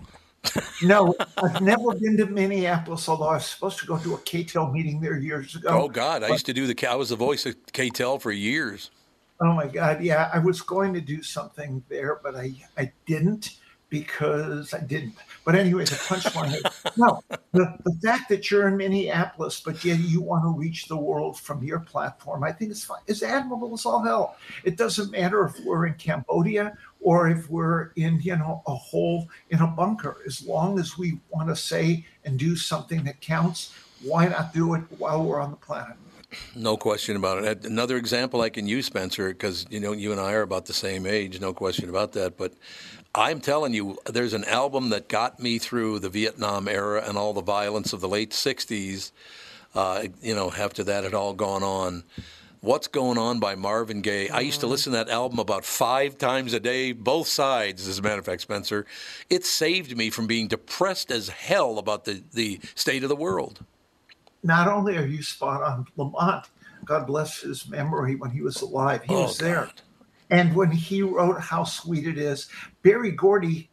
No, I've never been to Minneapolis, although I was supposed to go to a KTEL meeting there years ago. oh God, I used to do the. I was the voice of KTEL for years. Oh my God. Yeah, I was going to do something there, but I, I didn't because I didn't. But anyway, the punchline is no, the, the fact that you're in Minneapolis, but yet you want to reach the world from your platform, I think is fine. It's admirable as all hell. It doesn't matter if we're in Cambodia or if we're in, you know, a hole in a bunker. As long as we want to say and do something that counts, why not do it while we're on the planet? No question about it. Another example I can use, Spencer, because you know you and I are about the same age. No question about that. But I'm telling you, there's an album that got me through the Vietnam era and all the violence of the late '60s. Uh, you know, after that had all gone on. What's Going On by Marvin Gaye. I Mm. used to listen to that album about five times a day, both sides, as a matter of fact, Spencer. It saved me from being depressed as hell about the, the state of the world. Not only are you spot on, Lamont, God bless his memory when he was alive, he Oh, was there. God. And when he wrote How Sweet It Is, Barry Gordy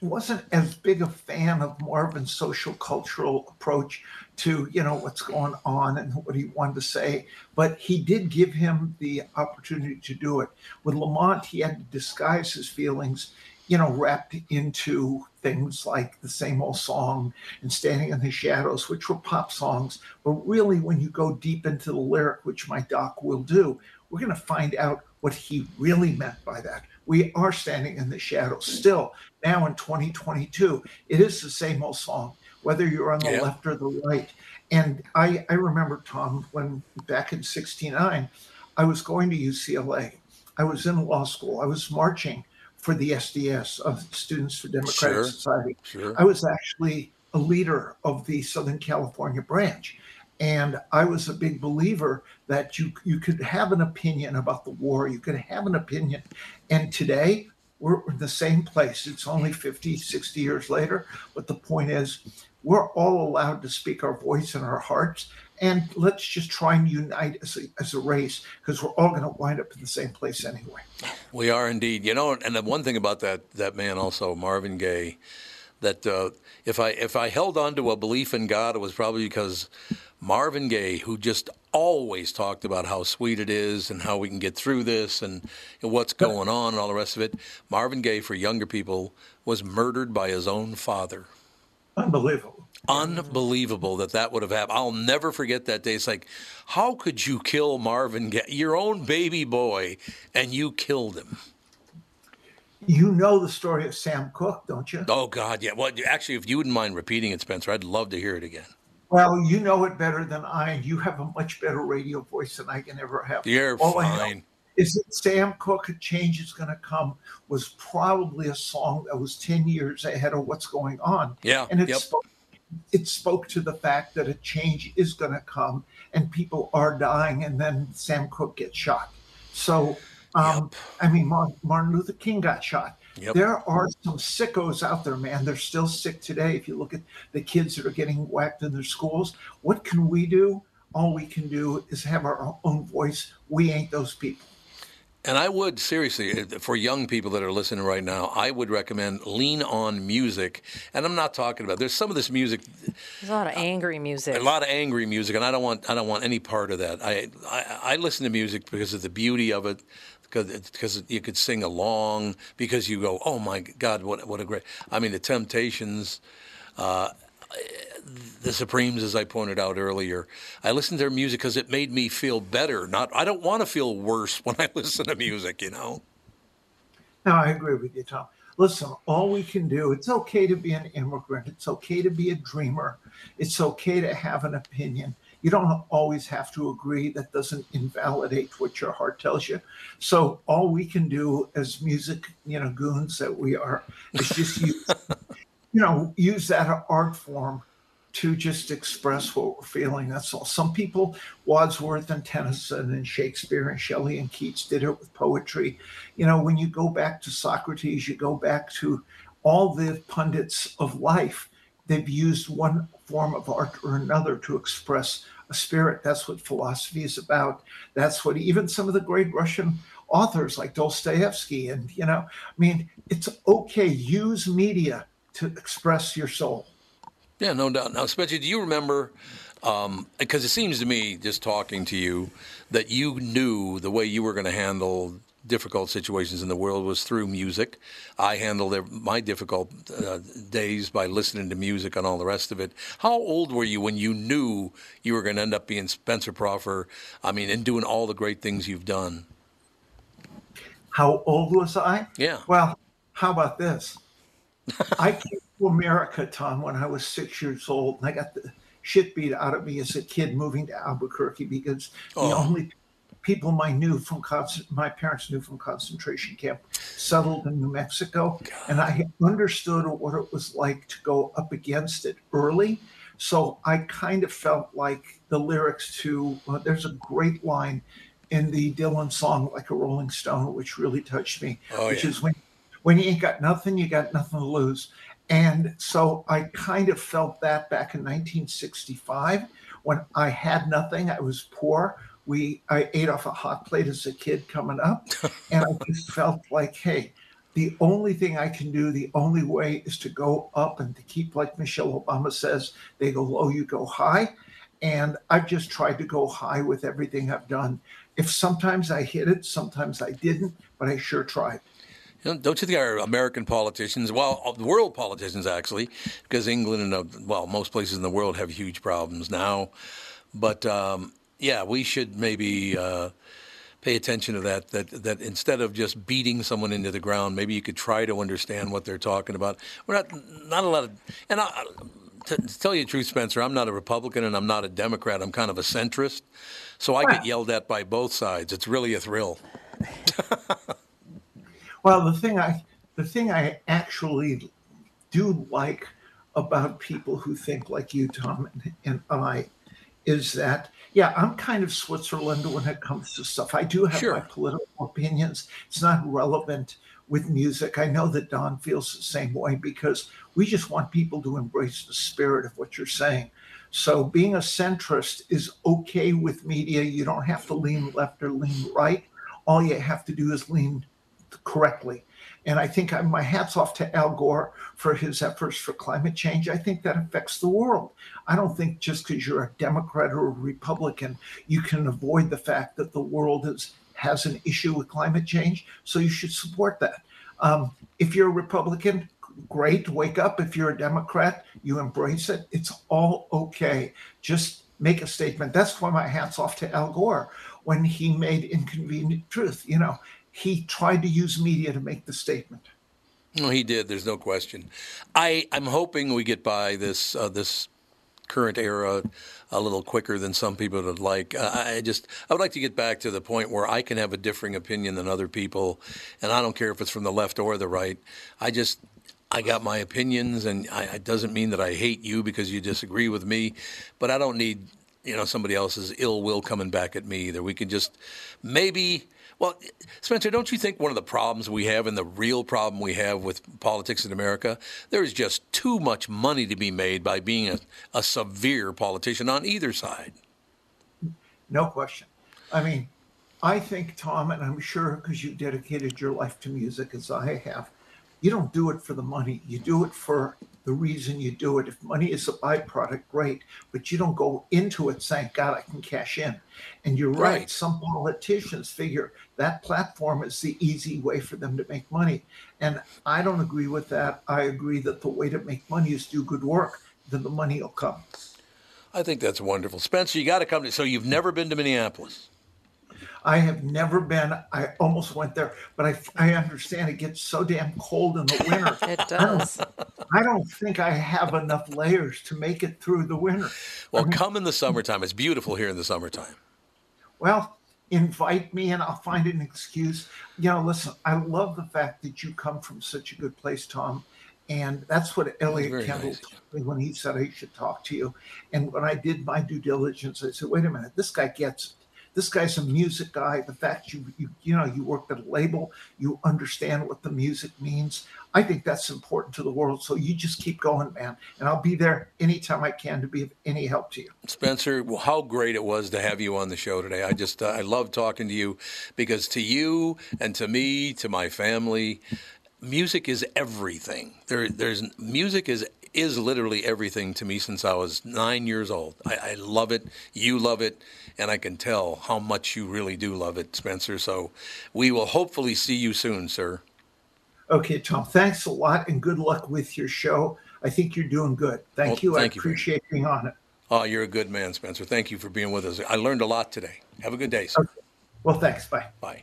wasn't as big a fan of Marvin's social cultural approach to you know what's going on and what he wanted to say, but he did give him the opportunity to do it. With Lamont, he had to disguise his feelings, you know, wrapped into things like the same old song and Standing in the Shadows, which were pop songs. But really, when you go deep into the lyric, which my doc will do, we're going to find out what he really meant by that we are standing in the shadow still now in 2022 it is the same old song whether you're on the Yeah. left or the right and i i remember tom when back in 69 i was going to ucla i was in law school i was marching for the sds of students for democratic Sure. society Sure. I was actually a leader of the Southern California branch. And I was a big believer that you you could have an opinion about the war, you could have an opinion. And today we're in the same place. It's only 50, 60 years later. But the point is, we're all allowed to speak our voice and our hearts. And let's just try and unite as a, as a race because we're all going to wind up in the same place anyway. We are indeed. You know, and the one thing about that that man also, Marvin Gaye, that uh, if I if I held on to a belief in God, it was probably because Marvin Gaye, who just always talked about how sweet it is and how we can get through this and, and what's going on and all the rest of it. Marvin Gaye, for younger people, was murdered by his own father. Unbelievable. Unbelievable that that would have happened. I'll never forget that day. It's like, how could you kill Marvin Gaye, your own baby boy, and you killed him? You know the story of Sam Cooke, don't you? Oh God, yeah. Well, actually, if you wouldn't mind repeating it, Spencer, I'd love to hear it again. Well, you know it better than I, and you have a much better radio voice than I can ever have. You're All I know fine. Is that Sam Cooke, A Change is Gonna Come, was probably a song that was 10 years ahead of what's going on. Yeah, And it, yep. spoke, it spoke to the fact that a change is gonna come and people are dying, and then Sam Cooke gets shot. So, um, I mean, Mar- Martin Luther King got shot. Yep. There are some sickos out there, man. They're still sick today. If you look at the kids that are getting whacked in their schools, what can we do? All we can do is have our own voice. We ain't those people. And I would seriously, if- for young people that are listening right now, I would recommend Lean On Music. And I'm not talking about there's some of this music, There's a lot of angry music. a lot of angry music, and I don't want I don't want any part of that. I I, I listen to music because of the beauty of it. Because, it- because you could sing along, because you go, oh my God, what what a great! I mean, the Temptations, uh, the Supremes, as I pointed out earlier. I listened to their music because it made me feel better. Not, I don't want to feel worse when I listen to music. You know. No, I agree with you, Tom. Listen, all we can do, it's okay to be an immigrant. It's okay to be a dreamer. It's okay to have an opinion. You don't always have to agree. That doesn't invalidate what your heart tells you. So all we can do as music, you know, goons that we are, is just use, you know, use that art form to just express what we're feeling. That's all. Some people, Wadsworth and Tennyson and Shakespeare and Shelley and Keats did it with poetry. You know, when you go back to Socrates, you go back to all the pundits of life, they've used one form of art or another to express a spirit. That's what philosophy is about. That's what even some of the great Russian authors like Dostoevsky and, you know, I mean, it's okay. Use media to express your soul. Yeah, no doubt. Now, Spencer, do you remember? Because it seems to me, just talking to you, that you knew the way you were going to handle difficult situations in the world was through music. I handled ev- my difficult uh, days by listening to music and all the rest of it. How old were you when you knew you were going to end up being Spencer Proffer? I mean, and doing all the great things you've done. How old was I? Yeah. Well, how about this? I came to America, Tom, when I was six years old, and I got the shit beat out of me as a kid moving to Albuquerque because Oh. the only people I knew from concent- my parents knew from concentration camp settled in New Mexico, and I understood what it was like to go up against it early. So I kind of felt like the lyrics to uh, there's a great line in the Dylan song "Like a Rolling Stone," which really touched me, Oh, which yeah. is when when you ain't got nothing, you got nothing to lose. And so I kind of felt that back in 1965 when I had nothing. I was poor. We I ate off a hot plate as a kid coming up, and I just felt like, hey, the only thing I can do, the only way is to go up and to keep, like Michelle Obama says, they go low, you go high. And I've just tried to go high with everything I've done. If sometimes I hit it, sometimes I didn't, but I sure tried. You know, don't you think our American politicians, well, uh, world politicians actually, because England and uh, well, most places in the world have huge problems now, but um, yeah, we should maybe uh, pay attention to that, that. That instead of just beating someone into the ground, maybe you could try to understand what they're talking about. We're not not a lot of, and I, I- to, to tell you the truth, Spencer, I'm not a Republican and I'm not a Democrat. I'm kind of a centrist, so I get yelled at by both sides. It's really a thrill. Well, the thing I the thing I actually do like about people who think like you, Tom, and, and I, is that yeah, I'm kind of Switzerland when it comes to stuff. I do have Sure. my political opinions. It's not relevant with music. I know that Don feels the same way because we just want people to embrace the spirit of what you're saying. So being a centrist is okay with media. You don't have to lean left or lean right. All you have to do is lean correctly. And I think I, my hat's off to Al Gore for his efforts for climate change. I think that affects the world. I don't think just because you're a Democrat or a Republican, you can avoid the fact that the world is, has an issue with climate change. So you should support that. Um, if you're a Republican, great, wake up. If you're a Democrat, you embrace it. It's all okay. Just make a statement. That's why my hat's off to Al Gore when he made Inconvenient Truth. You know, he tried to use media to make the statement. No, he did. There's no question. I I'm hoping we get by this uh, this current era a little quicker than some people would like. Uh, I I just I would like to get back to the point where I can have a differing opinion than other people, and I don't care if it's from the left or the right. I just I got my opinions, and I, it doesn't mean that I hate you because you disagree with me, but I don't need you know somebody else's ill will coming back at me either. We can just maybe. Well, Spencer, don't you think one of the problems we have and the real problem we have with politics in America, there is just too much money to be made by being a, a severe politician on either side. No question. I mean, I think, Tom, and I'm sure because you dedicated your life to music as I have, you don't do it for the money. You do it for the reason you do it. If money is a byproduct, great, but you don't go into it saying, God, I can cash in. And you're right. Right. Some politicians figure that platform is the easy way for them to make money. And I don't agree with that. I agree that the way to make money is do good work, then the money will come. I think that's wonderful. Spencer, you got to come to. So you've never been to Minneapolis. I have never been. I almost went there, but I, I understand it gets so damn cold in the winter. It does. I don't think I have enough layers to make it through the winter. Well, come in the summertime. It's beautiful here in the summertime. Well, invite me and I'll find an excuse. You know, listen, I love the fact that you come from such a good place, Tom. And that's what very Elliot Kendall nice, told me when he said I should talk to you. And when I did my due diligence, I said, wait a minute, this guy gets it. This guy's a music guy. The fact you you you know you worked at a label, you understand what the music means. I think that's important to the world. So you just keep going, man. And I'll be there anytime I can to be of any help to you. Spencer, well, how great it was to have you on the show today. I just uh, I love talking to you because to you and to me, to my family, music is everything. There, there's music is is literally everything to me since I was nine years old. I, I love it. You love it, and I can tell how much you really do love it, Spencer. So we will hopefully see you soon, sir. Okay, Tom, thanks a lot and good luck with your show. I think you're doing good. Thank Well, you. thank I you very appreciate being on it. Oh, you're a good man, Spencer. Thank you for being with us. I learned a lot today. Have a good day, sir. Well, thanks. Bye. Bye.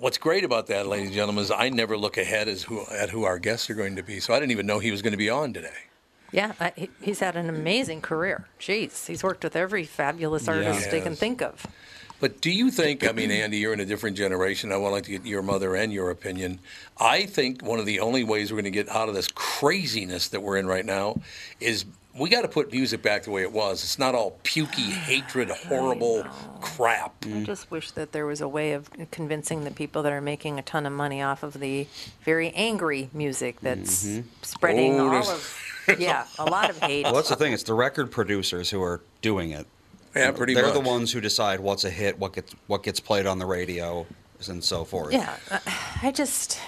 What's great about that, ladies and gentlemen, is I never look ahead as who, at who our guests are going to be. So I didn't even know he was going to be on today. Yeah, I, he- he's had an amazing career. Jeez, he's worked with every fabulous artist they can Yes. think of. But do you think, I mean, Andy, you're in a different generation. I would like to get your mother and your opinion. I think one of the only ways we're going to get out of this craziness that we're in right now is we got to put music back the way it was. It's not all pukey, hatred, horrible crap. I just wish that there was a way of convincing the people that are making a ton of money off of the very angry music that's spreading Oh, all there's- of yeah, a lot of hate. Mm-hmm. Well, that's the thing. It's the record producers who are doing it. Yeah, pretty They're much. the ones who decide what's a hit, what gets what gets played on the radio, and so forth. Yeah, I- I just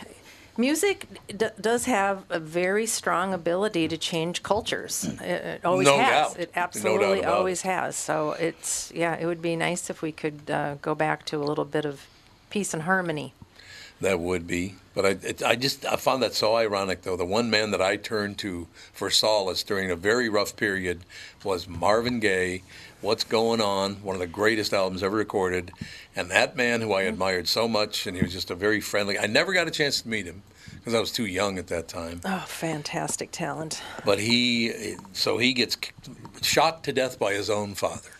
music d- does have a very strong ability to change cultures. It, it always No has. doubt. It No absolutely doubt about always it. has. So it's yeah, it would be nice if we could uh, go back to a little bit of peace and harmony. That would be, but I, it, I just I found that so ironic though. The one man that I turned to for solace during a very rough period was Marvin Gaye. What's going on? One of the greatest albums ever recorded, and that man who I admired so much, and he was just a very friendly. I never got a chance to meet him because I was too young at that time. Oh, fantastic talent. But he, so he gets k- shot to death by his own father.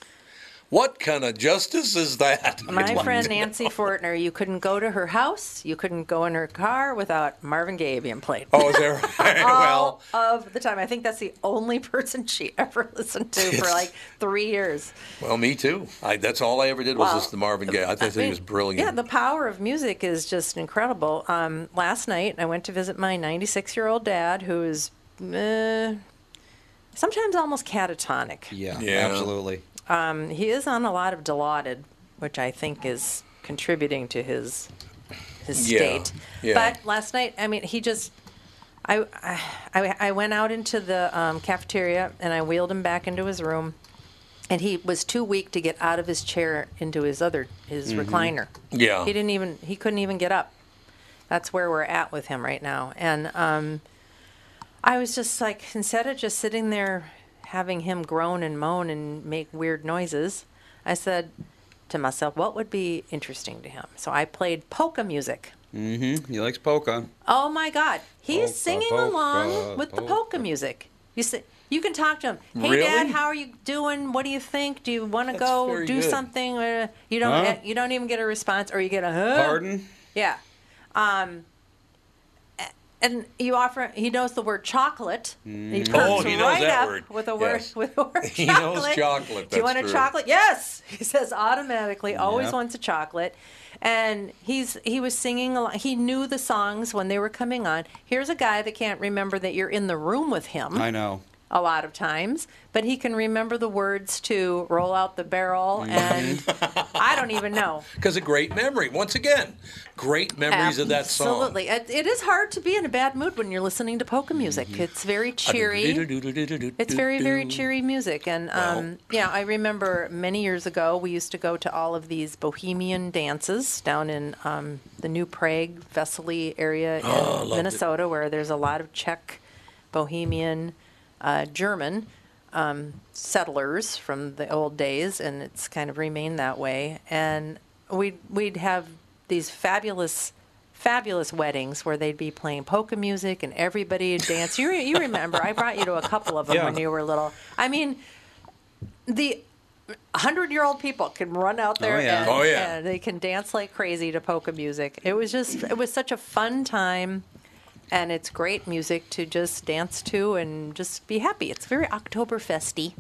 What kind of justice is that? My friend Nancy Fortner, you couldn't go to her house, you couldn't go in her car without Marvin Gaye being played. Oh, is there? well, All of the time. I think that's the only person she ever listened to for like three years. Well, me too. I, that's all I ever did was Wow. listen to Marvin Gaye. I thought he was brilliant. Yeah, the power of music is just incredible. Um, last night, I went to visit my 96 year old dad, who is uh, sometimes almost catatonic. Um, Yeah, Yeah. absolutely. He is on a lot of Dilaudid, which I think is contributing to his his Yeah, state. yeah. But last night, I mean, he just. I, I- I, I went out into the um, cafeteria and I wheeled him back into his room, and he was too weak to get out of his chair into his other his recliner. Mm-hmm. Yeah. he didn't even he couldn't even get up. That's where we're at with him right now, and um, I was just like, instead of just sitting there having him groan and moan and make weird noises, I said to myself, what would be interesting to him? So I played polka music. Mm-hmm. He likes polka. Oh my God. He is Polka, singing polka, along with the polka polka. music. You say, you can talk to him. Hey, Really? Dad, how are you doing? What do you think? Do you want to go very do good. something? Uh, You don't. Huh? You Oh. don't even get a response, or you get a huh? Pardon? Yeah. Um, and you offer he knows the word chocolate. He Mm. perks Oh, he knows right that up word. with a word Yes. with a word chocolate. He knows chocolate, Do you that's want a true. chocolate? Yes, he says automatically. Always Yep. wants a chocolate. And he's he was singing along. He knew the songs when they were coming on. Here's a guy that can't remember that you're in the room with him I know. a lot of times, but he can remember the words to "Roll Out the Barrel" and I don't even know. Because a great memory. Once again, great memories of that song. Absolutely. It, it is hard to be in a bad mood when you're listening to polka music. Mm-hmm. It's very cheery. It's very, very cheery music. And um, yeah, I remember many years ago, we used to go to all of these bohemian dances down in um, the New Prague, Vesely area in Minnesota, where there's a lot of Czech, bohemian, uh, German um, settlers from the old days, and it's kind of remained that way. And we'd we'd have these fabulous, fabulous weddings where they'd be playing polka music and everybody would dance. You re- you remember? I brought you to a couple of them Yeah. when you were little. I mean, the. Hundred-year-old people can run out there Oh, yeah. and, Oh, yeah. and they can dance like crazy to polka music. It was just, it was such a fun time, and it's great music to just dance to and just be happy. It's very Oktoberfesty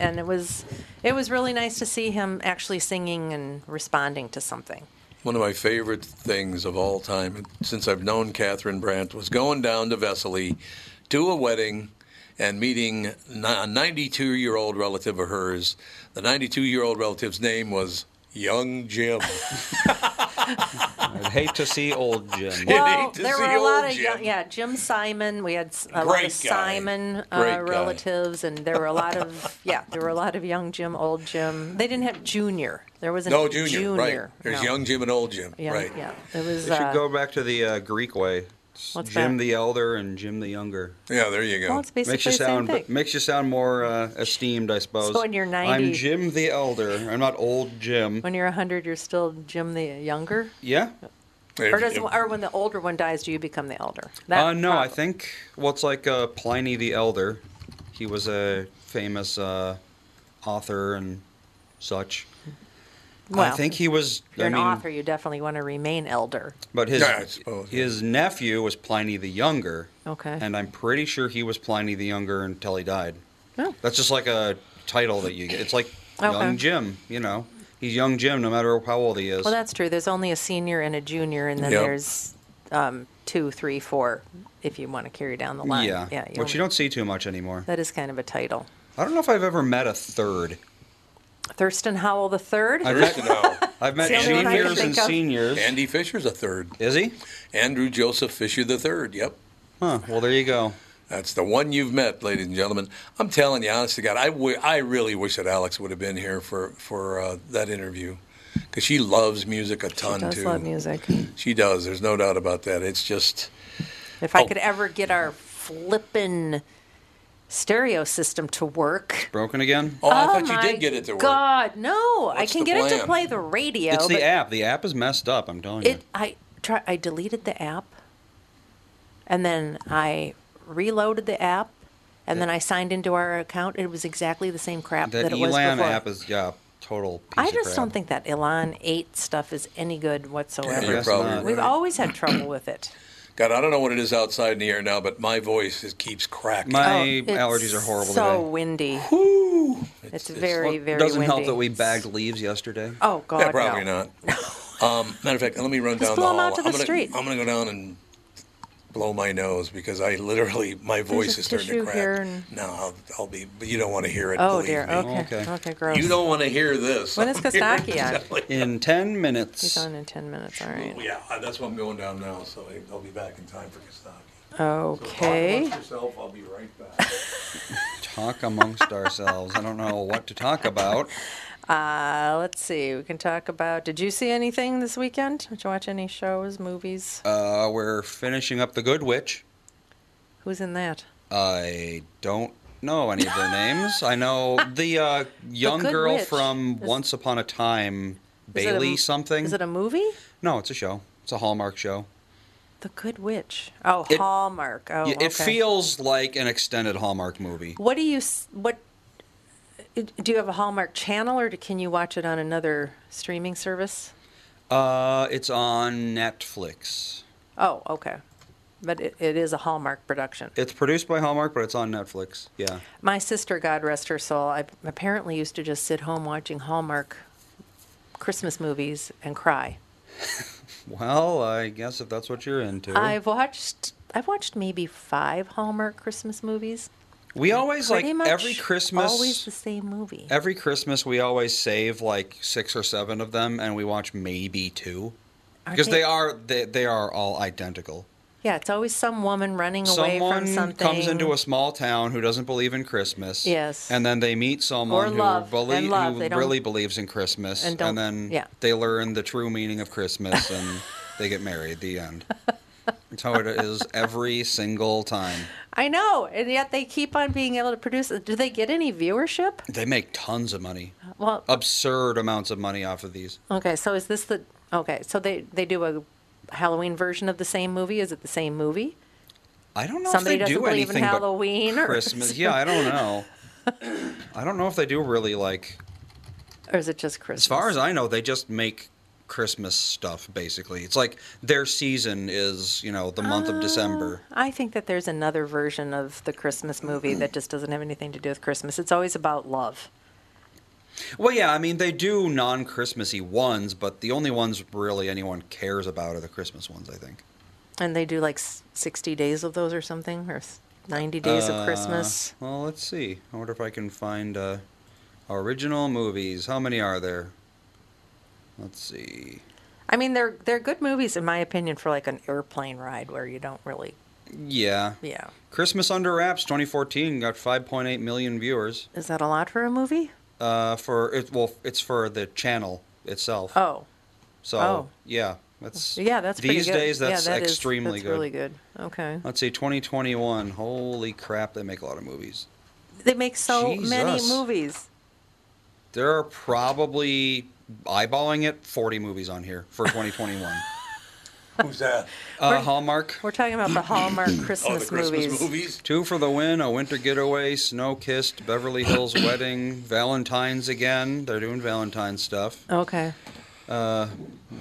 and it was it was really nice to see him actually singing and responding to something. One of my favorite things of all time, since I've known Catherine Brandt, was going down to Vesely to a wedding and meeting ni- a 92 year old relative of hers. The 92 year old relative's name was Young Jim. I'd hate to see old Jim. Yeah. I'd Well, hate to there see were a lot old of young, Jim. yeah, Jim Simon. We had s- a lot Great of guy. Simon Great uh, guy. relatives, and there were a lot of yeah, there were a lot of young Jim, old Jim. They didn't have junior. There wasn't No, Junior, right. There's no. Young Jim and Old Jim, Young- right. Yeah, it was. They should Uh, go back to the uh, Greek way. It's What's Jim that? the elder and Jim the younger. Yeah, there you go. well, it's basically Makes you the sound same thing. makes you sound more uh, esteemed, I suppose. when you're 90 I'm Jim the elder. I'm not old Jim. When you're hundred, you're still Jim the younger. Yeah. There Or you does go. or when the older one dies, do you become the elder? That Uh, no, I prob- think well, it's like uh, Pliny the Elder. He was a famous uh, author and such. I Well, think he was. If you're I an mean, author, you definitely want to remain elder. But his Yeah, I suppose, yeah. his nephew was Pliny the Younger. Okay. And I'm pretty sure he was Pliny the Younger until he died. Oh. That's just like a title that you get. It's like Okay. Young Jim, you know. He's Young Jim no matter how old he is. Well, that's true. There's only a senior and a junior, and then Yep. there's um, two, three, four, if you want to carry down the line. yeah. yeah Which you don't see too much anymore. That is kind of a title. I don't know if I've ever met a third. Thurston Howell the third. I've First met, and now, I've met It's the only one I can juniors and think of. seniors. Andy Fisher's a third. Is he? Andrew Joseph Fisher the third. Yep. Huh. Well, there you go. That's the one you've met, ladies and gentlemen. I'm telling you, honest to God, I, w- I really wish that Alex would have been here for for uh, that interview because she loves music a ton she does too. love music. She does. There's no doubt about that. It's just If I Oh. could ever get our flippin' stereo system to work. Broken again? oh, I thought my you did get it to work. God, no! I What's can the get it to plan? play the radio. it's but- the app. The app is messed up, I'm telling It. I try. I deleted the app, and then I reloaded the app, and then I signed into our account. It was exactly the same crap you. That that it was Elan before. app is, yeah, total piece I of just crap. don't think that Elon Eight stuff is any good Yeah, whatsoever. you're Yes, probably not. right. We've always had trouble with it. God, I don't know what it is outside in the air now, but my voice is, keeps cracking. My Oh, it's allergies are horrible So today. windy. It's, very, Well, very. It doesn't windy. help that we bagged leaves yesterday. Oh God, yeah, probably no. not. um, matter of fact, let me run Just down blow the 'em hall. out to the I'm gonna, street. I'm gonna go down and blow my nose because I literally my voice a is starting to tissue crack. here and- No, I'll, I'll be. But you don't want to hear it. Oh believe dear. me. Okay. Okay. Okay. gross. You don't want to hear this. When is Kostaki on? In 10 minutes. He's on in ten minutes. All right. Oh, Yeah, that's what I'm going down now, so I- I'll be back in time for Kostaki. Okay. So talk amongst yourself, I'll be right back. Talk amongst ourselves. I don't know what to talk about. Uh, let's see. We can talk about. Did you see anything this weekend? Did you watch any shows, movies? Uh, we're finishing up The Good Witch. Who's in that? I don't know any of their names. I know the uh, young Good girl Witch. from Is- Once Upon a Time, Is it a Bailey m- something. Is it a movie? No, it's a show. It's a Hallmark show. The Good Witch. Oh, It- Hallmark. Oh, Yeah, It okay. feels like an extended Hallmark movie. What do you? s- What? uh, Do you have a Hallmark channel, or do- can you watch it on another streaming service? Uh, it's on Netflix. Oh, okay. but it, it is a Hallmark production. It's produced by Hallmark, but it's on Netflix. Yeah. My sister, God rest her soul, I apparently used to just sit home watching Hallmark Christmas movies and cry. Well, I guess if that's what you're into. I've watched I've watched maybe five Hallmark Christmas movies. we always like Pretty much every Christmas always the same movie. every Christmas we always save like 6 or 7 of them and we watch maybe 2 Aren't because they are they, they are all identical. Yeah, it's always some woman running away Someone from something. comes into a small town who doesn't believe in Christmas. Yes. And then they meet someone Or who, love, belie- and love, who they don't- really believes in Christmas. and don't- then yeah. they learn the true meaning of Christmas and they get married. The end. That's how it is every single time. I know, and yet they keep on being able to produce. it. Do they get any viewership? They make tons of money, Well, absurd amounts of money off of these. okay. So is this the okay? So they they do a Halloween version of the same movie. Is it the same movie? I don't know Somebody if they doesn't do believe in anything Halloween but or Christmas. yeah, I don't know. I don't know if they do really like. Or is it just Christmas? As far as I know, they just make Christmas stuff basically. It's like their season is, you know, the month Oh. of December. I think that there's another version of the Christmas movie that just doesn't have anything to do with Christmas. It's always about love. Well, yeah, I mean they do non-Christmassy ones, but the only ones really anyone cares about are the Christmas ones, I think. And they do like s- 60 days of those or something, or s- 90 days of Christmas. Uh, well, let's see. I wonder if I can find uh, original movies. How many are there? Let's see. I mean, they're they're good movies in my opinion for like an airplane ride where you don't really, Yeah. yeah. Christmas Under Wraps 2014 got 5.8 million viewers. Is that a lot for a movie? Uh, for it, well, it's for the channel itself. Oh, So Oh. yeah, that's yeah, that's pretty these good. days Yeah, that's that is- extremely that's good. Really good. Okay, Let's see, 2021. Holy crap, they make a lot of movies. they make so many Jesus. movies. There are probably eyeballing it 40 movies on here for 2021. Who's that? uh, Hallmark. We're talking about the Hallmark Oh, the Christmas, Christmas movies. Two for the win, a winter getaway, snow kissed, Beverly Hills wedding, Valentine's again. They're doing Valentine's stuff. Okay,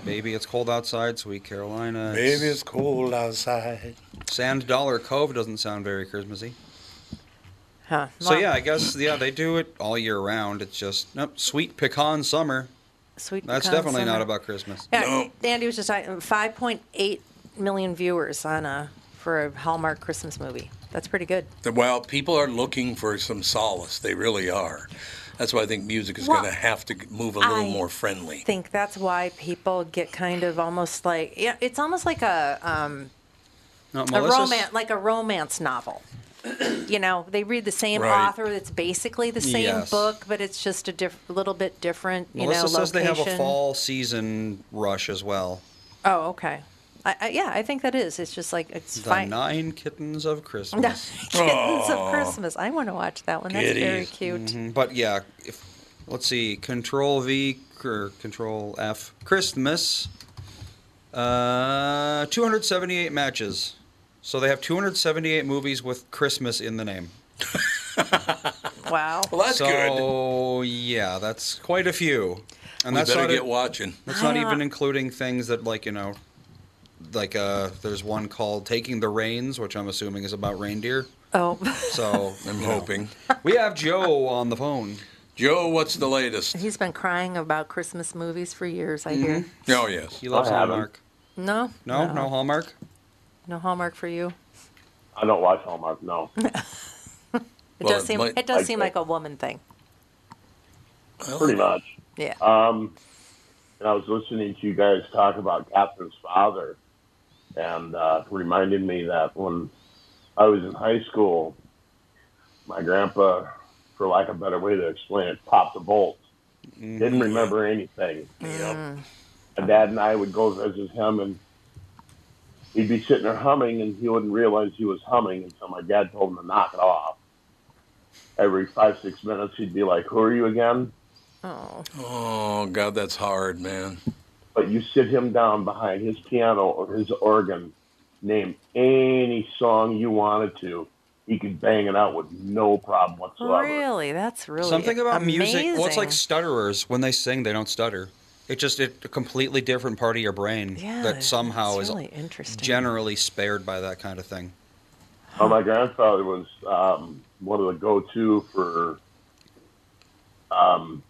Baby, it's cold outside, sweet Carolina. Baby, it's cold outside. Sand Dollar Cove doesn't sound very Christmassy. huh? So yeah, I guess yeah they do it all year round. It's just nope, sweet pecan summer. sweet. That's Pecan definitely not Summer. about Christmas. Yeah, No. Andy was just uh, talking. 5.8 million viewers on a for a Hallmark Christmas movie. That's pretty good. Well, people are looking for some solace. They really are. That's why I think music is Well, going to have to move a little I more friendly. think that's why people get kind of almost like yeah, it's almost like a um, No, a Melissa's- romance like a romance novel. you know, they read the same Right. author. It's basically the same Yes. book, but it's just a diff- little bit different. You Melissa know, says they location. have a fall season rush as well. Oh, okay. I, I, yeah, I think that is. It's just like it's The fine. Nine Kittens of Christmas. Kittens of Christmas. I want to watch that one. That's very Kitties. cute. Mm-hmm. but yeah, if let's see, Control V or Control F Christmas. Uh, 278 matches. So they have 278 movies with Christmas in the name. Wow. Well, that's good. so yeah, that's quite a few. And We that's better not get e- watching. That's not I, uh, even including things that like you know, like uh, there's one called "Taking the Reins," which I'm assuming is about reindeer. Oh, So I'm you know. hoping. we have Joe on the phone. Joe, what's the latest? he's been crying about Christmas movies for years, I hear. Oh, yes. He loves I haven't. Hallmark. No? Mm-hmm. No, no, Hallmark. No Hallmark for you. I don't watch Hallmark. No, It Well, does it seem might- it does I- seem like a woman thing. pretty much. Yeah. Um, and I was listening to you guys talk about Catherine's father, and uh, it reminded me that when I was in high school, my grandpa, for lack of a better way to explain it, popped a bolt. Mm. Didn't remember anything. You Mm. know, my dad and I would go visit him, and he'd be sitting there humming, and he wouldn't realize he was humming until my dad told him to knock it off. Every five six minutes, he'd be like, "Who are you again?" oh. Oh, God, that's hard, man. but you sit him down behind his piano or his organ, name any song you wanted to, he could bang it out with no problem whatsoever. Really? That's really Something about amazing. music. Well, it's like stutterers when they sing, they don't stutter. It just it, a completely different part of your brain Yeah, that somehow it's is really interesting. generally spared by that kind of thing. Well, Oh, my grandfather was um, one of the go-to for um,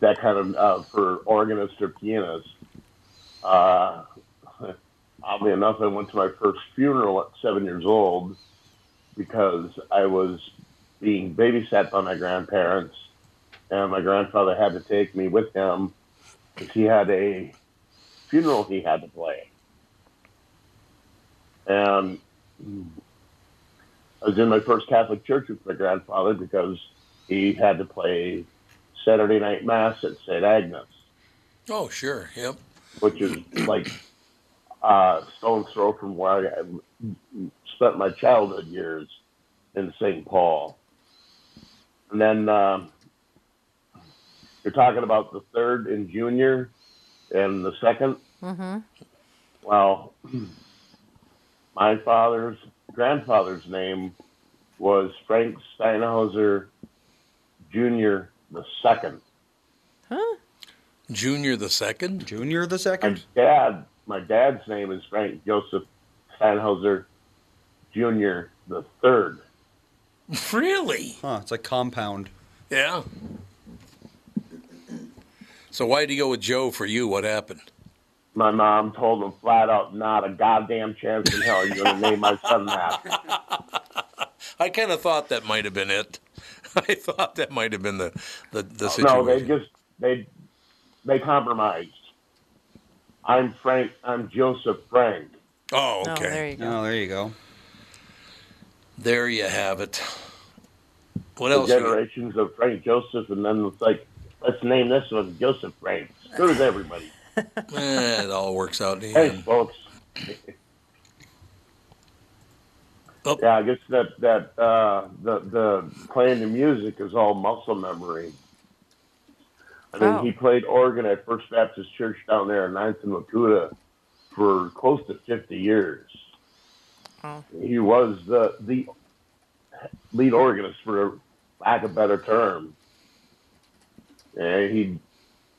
that kind of uh, for organist or pianist. Uh, oddly enough, I went to my first funeral at seven years old because I was being babysat by my grandparents, and my grandfather had to take me with him because he had a funeral he had to play. And I was in my first Catholic church with my grandfather because he had to play Saturday night mass at St. Agnes, Oh, sure. Yep. which is like uh, stone's throw from where I spent my childhood years in St. Paul. And then um you're talking about the third and junior and the second. Mm-hmm. Well, my father's grandfather's name was Frank Steinhauser Jr. the second. Huh? Junior the second. Junior the My second. dad, my dad's name is Frank Joseph Steinhauser Jr. the third. Really? Huh, it's like compound. Yeah. So why did he go with Joe for you? What happened? My mom told him flat out, not a goddamn chance in hell you're going to name my son that. I kind of thought that might have been it. I thought that might have been the the, the No, situation. they just they they compromised. I'm Frank. I'm Joseph Frank. oh, Oh, okay. there you go. Oh, there you go. There you have it. What the else? we got? generations of Frank Joseph, and then it's like, let's name this one Joseph Frank. Screws everybody. Eh, it all works out in the Hey, end. folks. Oh. Yeah, I guess that that uh, the the playing the music is all muscle memory. I mean, Oh. he played organ at First Baptist Church down there in Ninth and Lakota for close to fifty years. Oh. He was the the lead organist, for lack of better term. And he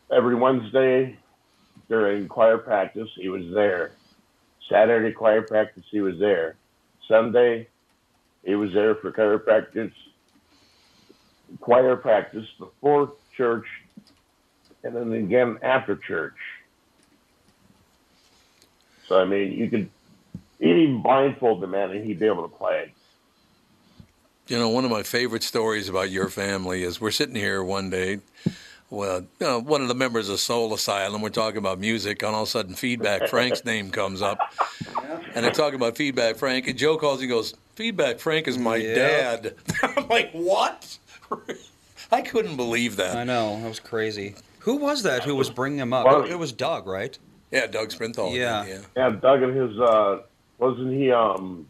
every Wednesday during choir practice, he was there. Saturday choir practice, he was there. Sunday, he was there for choir practice, choir practice before church, and then again after church. So I mean, you could you could even blindfold the man and he'd be able to play. You know, one of my favorite stories about your family is we're sitting here one day. Well, you know, one of the members of Soul Asylum, we're talking about music, and all of a sudden, Feedback Frank's name comes up. And they're talking about Feedback Frank, and Joe calls and goes, Feedback Frank is my Yeah. dad. I'm like, what? I couldn't believe I that. know that was crazy. Who was that? Who was bringing him up? Well- it was Doug, right? Yeah, Doug Sprinthal. Yeah. Yeah, Doug and his uh, wasn't he um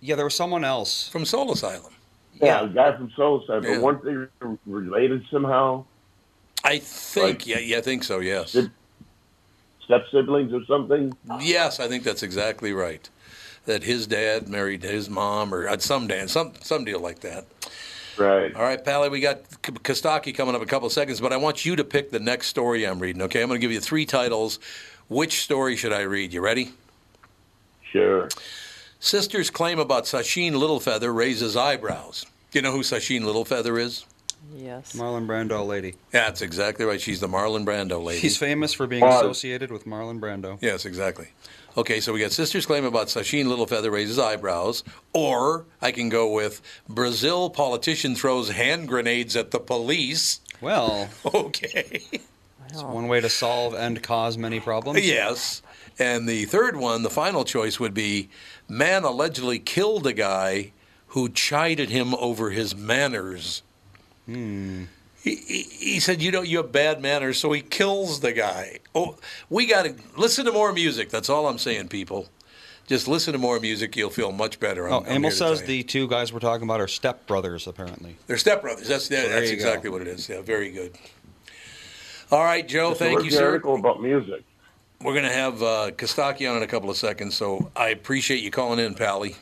Yeah, there was someone else. From Soul Asylum. yeah, a guy from Soul Side, but Yeah. weren't they related somehow? I think, Right. yeah, yeah, I think so, yes. Did- Step siblings or something? Yes, I think that's exactly right. That his dad married his mom, or uh, some dad, some some deal like that. Right. All right, Pally, we got K- Kostaki coming up in a couple of seconds, but I want you to pick the next story I'm reading. Okay, I'm going to give you three titles. Which story should I read? You ready? Sure. Sisters claim about Sasheen Littlefeather raises eyebrows. Do you know who Sasheen Littlefeather is? Yes. Marlon Brando lady. That's exactly right. She's the Marlon Brando lady. He's famous for being Well- associated with Marlon Brando. Yes, exactly. Okay, so we got Sister's Claim about Sasheen Littlefeather raises eyebrows, or I can go with Brazil politician throws hand grenades at the police. Well, Okay. it's one way to solve and cause many problems. yes. And the third one, the final choice would be man allegedly killed a guy who chided him over his manners. Hmm. He, he, he said, "You know, you have bad manners," so he kills the guy. Oh, we got to listen to more music. That's all I'm saying, people. Just listen to more music. You'll feel much better. I'm- Oh, I'm Emil here to says tell you. the two guys we're talking about are stepbrothers, apparently. they're stepbrothers. That's that, There that's you go. exactly what it is. Yeah, very good. All right, Joe. thank you, Where's the sir. article about music. We're going to have uh, Kostaki on in a couple of seconds, so I appreciate you calling in, Pally.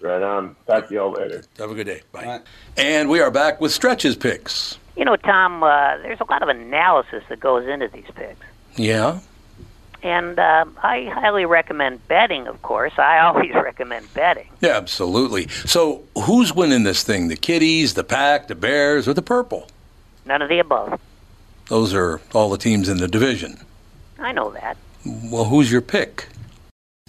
Right on. Talk to y'all later. Have a good day. Bye. All right. And we are back with stretches picks. You know, Tom, uh, there's a lot of analysis that goes into these picks. Yeah. And uh, I highly recommend betting, of course. I always recommend betting. Yeah, absolutely. So who's winning this thing? The Kitties, the Pack, the Bears, or the Purple? None of the above. Those are all the teams in the division. I know that. Well, who's your pick?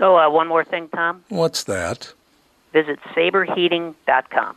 Oh, uh, one more thing, Tom. What's that? Visit saberheating.com.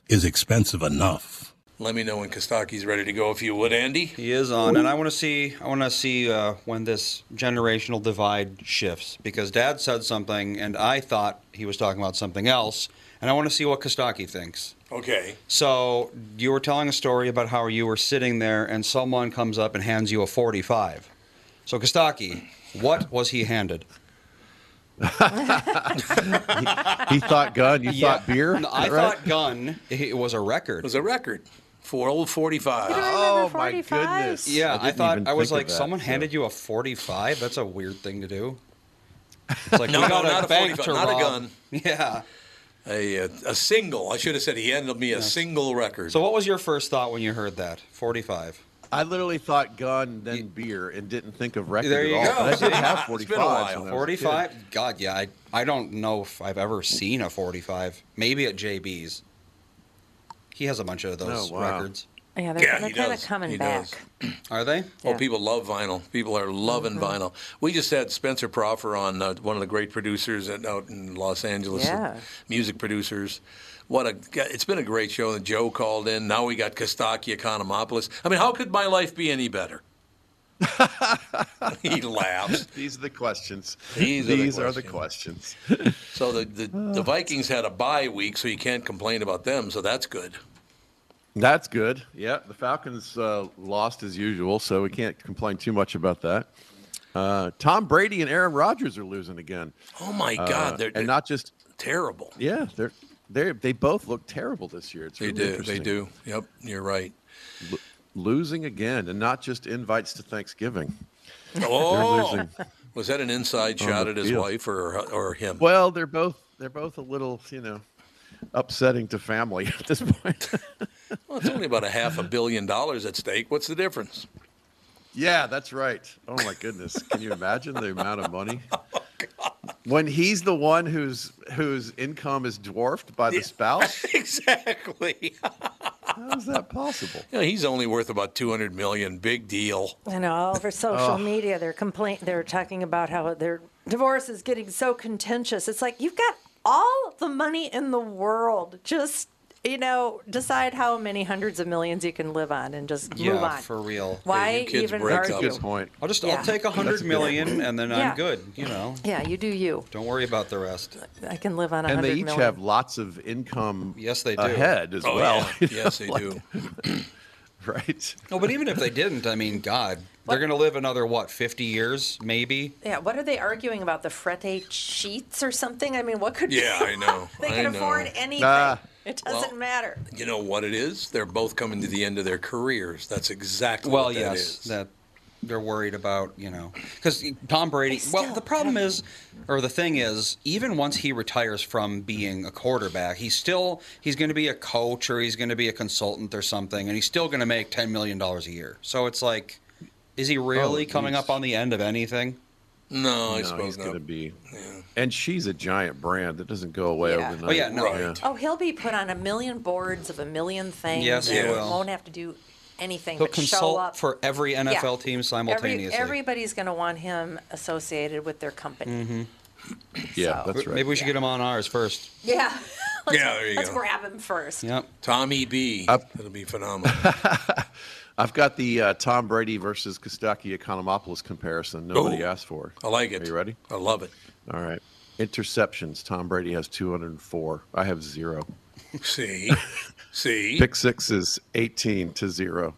is expensive enough. Let me know when Kostaki's ready to go, if you would, Andy. He is on, and I want to see. I want to see uh, when this generational divide shifts because Dad said something, and I thought he was talking about something else, and I want to see what Kostaki thinks. Okay. So you were telling a story about how you were sitting there, and someone comes up and hands you a forty-five. So Kostaki, what was he handed? He thought gun. You Yeah. thought beer. No, I Is that right? thought gun. It was a record. It was a record for old 45. Oh my goodness! Yeah, I, didn't thought even I was think of like, that, someone so. handed you a 45. That's a weird thing to do. It's like No, we no, got not a a bank 45, to not a rob. gun. Yeah. A, uh, a single. I should have said he handed me a single record. So what was your first thought when you heard that? 45. I literally thought gun, then beer, and didn't think of record There you at all. go. But I did See? have It's been a 45. while. 45? God, yeah. I, I don't know if I've ever seen a 45. Maybe at JB's. He has a bunch of those Oh, wow. records. Yeah, they're, Yeah, they're he kind of does. coming He back. does. Are they? Oh, people love vinyl. People are loving Mm-hmm. vinyl. We just had Spencer Proffer on, uh, one of the great producers at, out in Los Angeles, Yeah. uh, music producers. What a! It's been a great show. And Joe called in. Now we got Kostaki Economopoulos. I mean, how could my life be any better? he laughs. These are the questions. These are the are the questions. So the the, the Vikings had a bye week, so you can't complain about them. So that's good. That's good. Yeah, the Falcons uh, lost as usual, so we can't complain too much about that. Uh, Tom Brady and Aaron Rodgers are losing again. Uh, Oh my God, they're- they're and not just terrible. Yeah, they're they they both look terrible this year. It's They really do. They interesting. do. Yep, you're right. Lo- losing again, and not just invites to Thanksgiving. Oh, losing. was that an inside On shot the at his field. wife or or him? Well, they're both they're both a little you know upsetting to family at this point. Well, it's only about a half a billion dollars at stake. What's the difference? Yeah, that's right. Oh my goodness, can you imagine the amount of money? When he's the one whose whose income is dwarfed by the spouse, exactly. How is that possible? Yeah, he's only worth about two hundred million. Big deal. I know all over social Oh. media, they're complain they're talking about how their divorce is getting so contentious. It's like you've got all the money in the world. Just you know, decide how many hundreds of millions you can live on, and just Yeah, move on. for real. Why Your kids even break That's a argue? good point. I'll just Yeah. I'll take a That's hundred a good million point. and then Yeah. I'm good. You know, Yeah, you do you. don't worry about the rest. I can live on a and hundred they million. each have lots of income. Yes, they do. ahead as Oh, well. yeah. You Yes, know, they do. right. No, but even if they didn't, I mean, God, they're going to live another what, fifty years, maybe. yeah, what are they arguing about? The frette sheets or something? I mean, what could? Yeah, I know. they I can know. afford anything. it doesn't well, matter. You know what it is? They're both coming to the end of their careers. That's exactly Well, what that yes, is. that they're worried about, you know, because Tom Brady. Well, the problem is, or the thing is, even once he retires from being a quarterback, he's still he's going to be a coach or he's going to be a consultant or something, and he's still going to make ten million dollars a year. So it's like, is he really Oh, coming geez. up on the end of anything? No, No, he's going to be. And she's a giant brand that doesn't go away Yeah. overnight. Oh, yeah, no. Oh, he'll be put on a million boards of a million things. Yes, he and will. Won't have to do anything He'll but show consult up. for every Yeah. NFL team Every- simultaneously. everybody's going to want him associated with their company. hmm Yeah, So- that's right. Maybe we should get him on ours first. Yeah. let's, Yeah, there you let's go. grab him first. Yep. Tommy B. It'll be phenomenal. I've got the uh, Tom Brady versus Kostaki Economopoulos comparison nobody Ooh. asked for. I like it. Are you ready? I love it. All right. Interceptions. Tom Brady has 204. I have zero. See, see. Pick six is 18 to zero.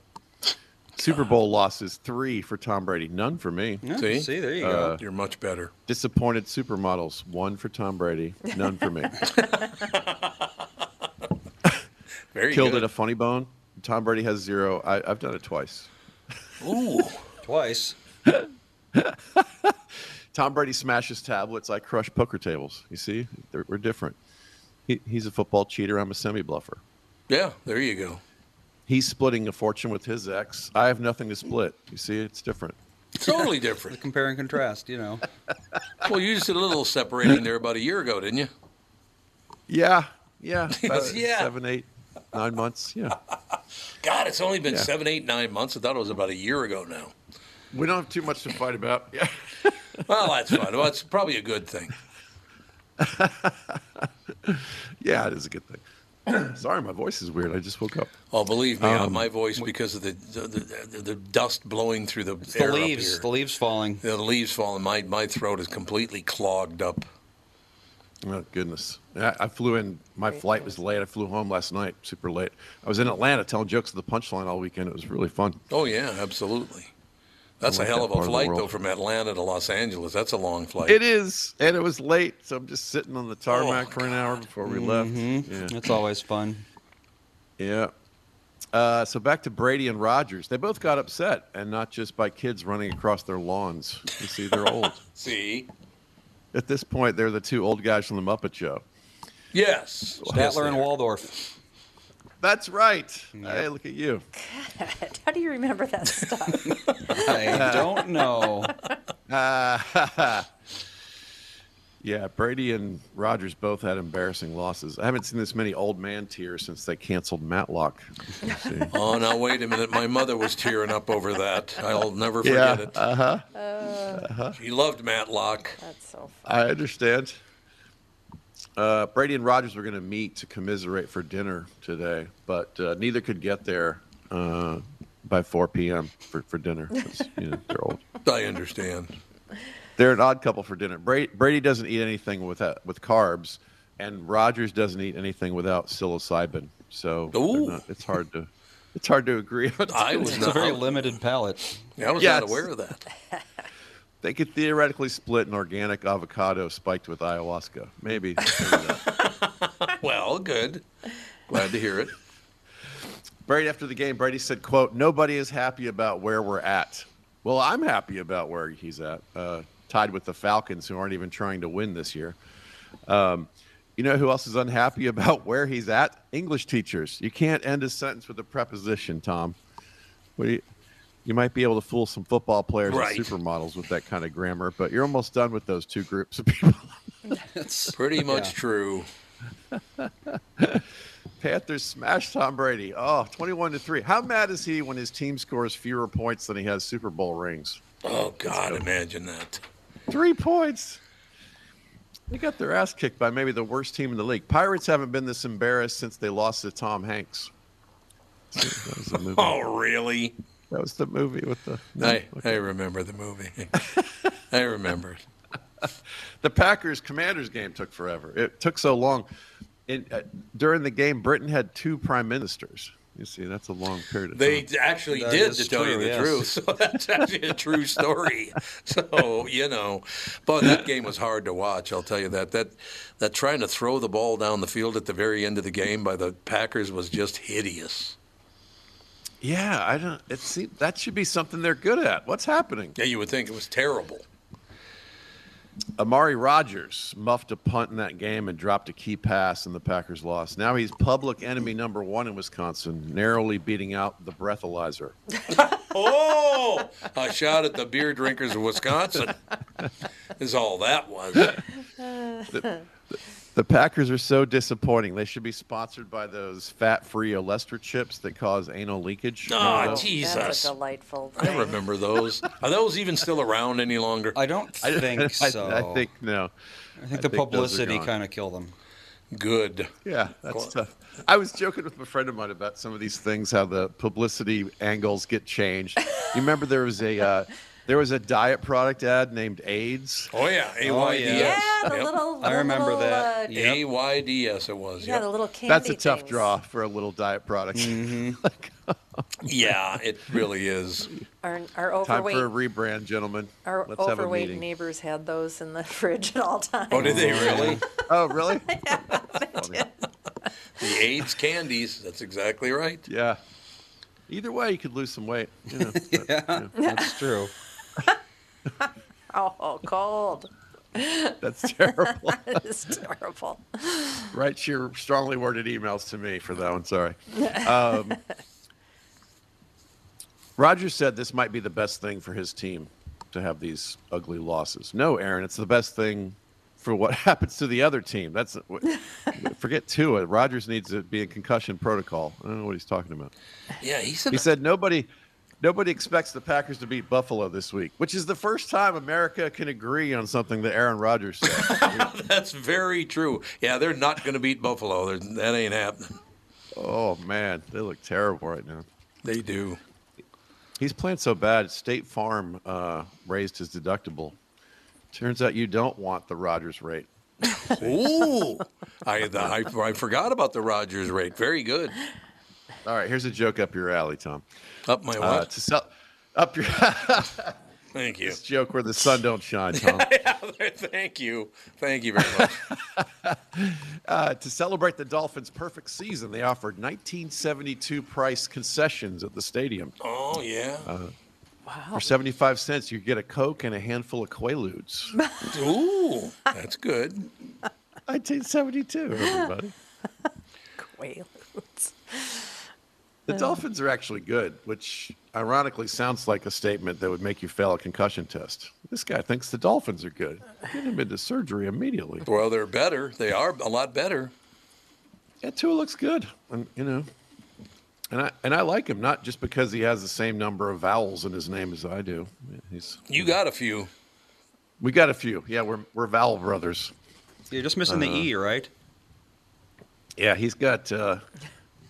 Super Bowl losses three for Tom Brady, none for me. Uh, Yeah, See? see, there you go. You're much better. Disappointed supermodels, one for Tom Brady, none for me. Very Killed good. it a funny bone. Tom Brady has zero. I, I've done it twice. Ooh. Twice. Tom Brady smashes tablets. I crush poker tables. You see, They're, we're different. He, he's a football cheater. I'm a semi bluffer. Yeah, there you go. He's splitting a fortune with his ex. I have nothing to split. You see, it's different. Totally different. Compare and contrast, you know. Well, you just did a little separating there about a year ago, didn't you? Yeah, yeah, about Yeah. Seven, eight, nine months. Yeah, God, it's only been Yeah. seven, eight, nine months. I thought it was about a year ago now. we don't have too much to fight about. Yeah. Well, that's fine. Well, it's probably a good thing. Yeah, it is a good thing. Sorry, my voice is weird. I just woke up. Oh, believe me, uh, Um, my voice because of the the, the the dust blowing through the the air up leaves, here. the leaves falling. The leaves falling. My my throat is completely clogged up. Oh goodness! I, I flew in. My flight was late. I flew home last night, super late. I was in Atlanta telling jokes at the punchline all weekend. It was really fun. Oh yeah, absolutely. That's I a like hell that of a part of the flight world. though from Atlanta to Los Angeles. That's a long flight. It is, and it was late, so I'm just sitting on the tarmac for an hour before we left. Mhm. Oh, That's always fun. Yeah. Uh, so back to Brady and Rogers. They both got upset, and not just by kids running across their lawns. You see, they're old. See? At this point, they're the two old guys from the Muppet Show. Yes. Yes, Statler and they are. Waldorf. That's right. Hey, look at you. How do you remember that stuff? I don't know. Uh, yeah, Brady and Rogers both had embarrassing losses. I haven't seen this many old man tears since they canceled Matlock. You see. Oh, now wait a minute. My mother was tearing up over that. I'll never Yeah, forget it. uh-huh. Uh, She loved Matlock. That's so I understand. Uh, Brady and Rogers were going to meet to commiserate for dinner today, but uh, neither could get there uh, by 4 p.m. for, for dinner. 'cause, You know, they're old. I understand. They're an odd couple for dinner. Brady, Brady doesn't eat anything without with carbs, and Rogers doesn't eat anything without psilocybin. So they're Ooh. not- it's hard to it's hard to agree on. I was It's a not. very limited palate. I was Yeah, not it's- aware of that. They could theoretically split an organic avocado spiked with ayahuasca. Maybe. Well, good. Glad to hear it. Brady after the game, Brady said, "quote Nobody is happy about where we're at. Well, I'm happy about where he's at, uh, tied with the Falcons, who aren't even trying to win this year. Um, you know who else is unhappy about where he's at? English teachers. You can't end a sentence with a preposition, Tom. What do you?" You might be able to fool some football players Right. and supermodels with that kind of grammar, but you're almost done with those two groups of people. Pretty much true. Panthers smash Tom Brady. Oh, 21 to 3. How mad is he when his team scores fewer points than he has Super Bowl rings? Oh God, imagine that. Three points. They got their ass kicked by maybe the worst team in the league. Pirates haven't been this embarrassed since they lost to Tom Hanks. That was the movie. Oh really? That was the movie with the. I I remember the movie. I remember it. the Packers Commanders game took forever. It took so long. In, uh, during the game, Britain had two prime ministers. You see, that's a long period of They time. actually That did, is to tell you true, the yes. truth. So that's actually a true story. So you know, but that game was hard to watch. I'll tell you that. That that trying to throw the ball down the field at the very end of the game by the Packers was just hideous. Yeah, I don't. It seems that should be something they're good at. What's happening? Yeah, you would think it was terrible. Amari Rogers muffed a punt in that game and dropped a key pass, and the Packers lost. Now he's public enemy number one in Wisconsin, narrowly beating out the breathalyzer. Oh, a shot at the beer drinkers of Wisconsin is all that was. The, The Packers are so disappointing. They should be sponsored by those fat-free Olester chips that cause anal leakage. Remember Oh, those? Jesus. That's a delightful I remember those. Are those even still around any longer? I don't think so. I, think no. I think the those are publicity gone. kind of killed them. Good. Yeah, that's tough. I was joking with a friend of mine about some of these things, how the publicity angles get changed. You remember there was a uh, there was a diet product ad named AIDS. Oh yeah, AYDS. Oh, Yeah, the little- I the remember little, that. uh, Yep. AYDS it was. Yeah, yep. the little That's a candy tough things. draw for a little diet product. Mm-hmm. oh. yeah, it really is. Our, our Time overweight for a rebrand, gentlemen. Our Let's have a overweight meeting. neighbors had those in the fridge at all times. Oh, did they really? oh, really? The AIDS candies. That's exactly right. Yeah. Either way, you could lose some weight. You know, but, you know. That's true. Oh, cold. That's terrible. that is terrible. Write your strongly worded emails to me for that one. Sorry. Um, Roger said this might be the best thing for his team to have these ugly losses. No, Aaron, it's the best thing for what happens to the other team. That's forget Tua. Rogers needs to be in concussion protocol. I don't know what he's talking about. Yeah, he said. He said nobody nobody expects the Packers to beat Buffalo this week, which is the first time America can agree on something that Aaron Rodgers said. That's very true. Yeah, they're not going to beat Buffalo. They're, that ain't happening. oh man, they look terrible right now. They do. He's playing so bad. State Farm uh, raised his deductible. Turns out you don't want the Rodgers rate. Ooh, I, the, I I forgot about the Rogers rate. Very good. All right, here's a joke up your alley, Tom. Up my what? Uh, to sell, up your Thank you. this joke where the sun don't shine, Tom. Thank you. Thank you very much. Uh, to celebrate the Dolphins' perfect season, they offered 1972 price concessions at the stadium. Oh yeah. Uh, Oh. For 75 cents, you get a Coke and a handful of Quaaludes. Ooh, that's good. 1972, everybody. Quaaludes. The Dolphins are actually good, which ironically sounds like a statement that would make you fail a concussion test. This guy thinks the Dolphins are good. Get him into surgery immediately. Well, they're better. They are a lot better. Yeah, Tua looks good. And you know, and I and I like him not just because he has the same number of vowels in his name as I do. He's You got a few. we got a few. Yeah, we're we're vowel brothers. Uh-huh. You're just missing the E, right? Yeah, he's got uh,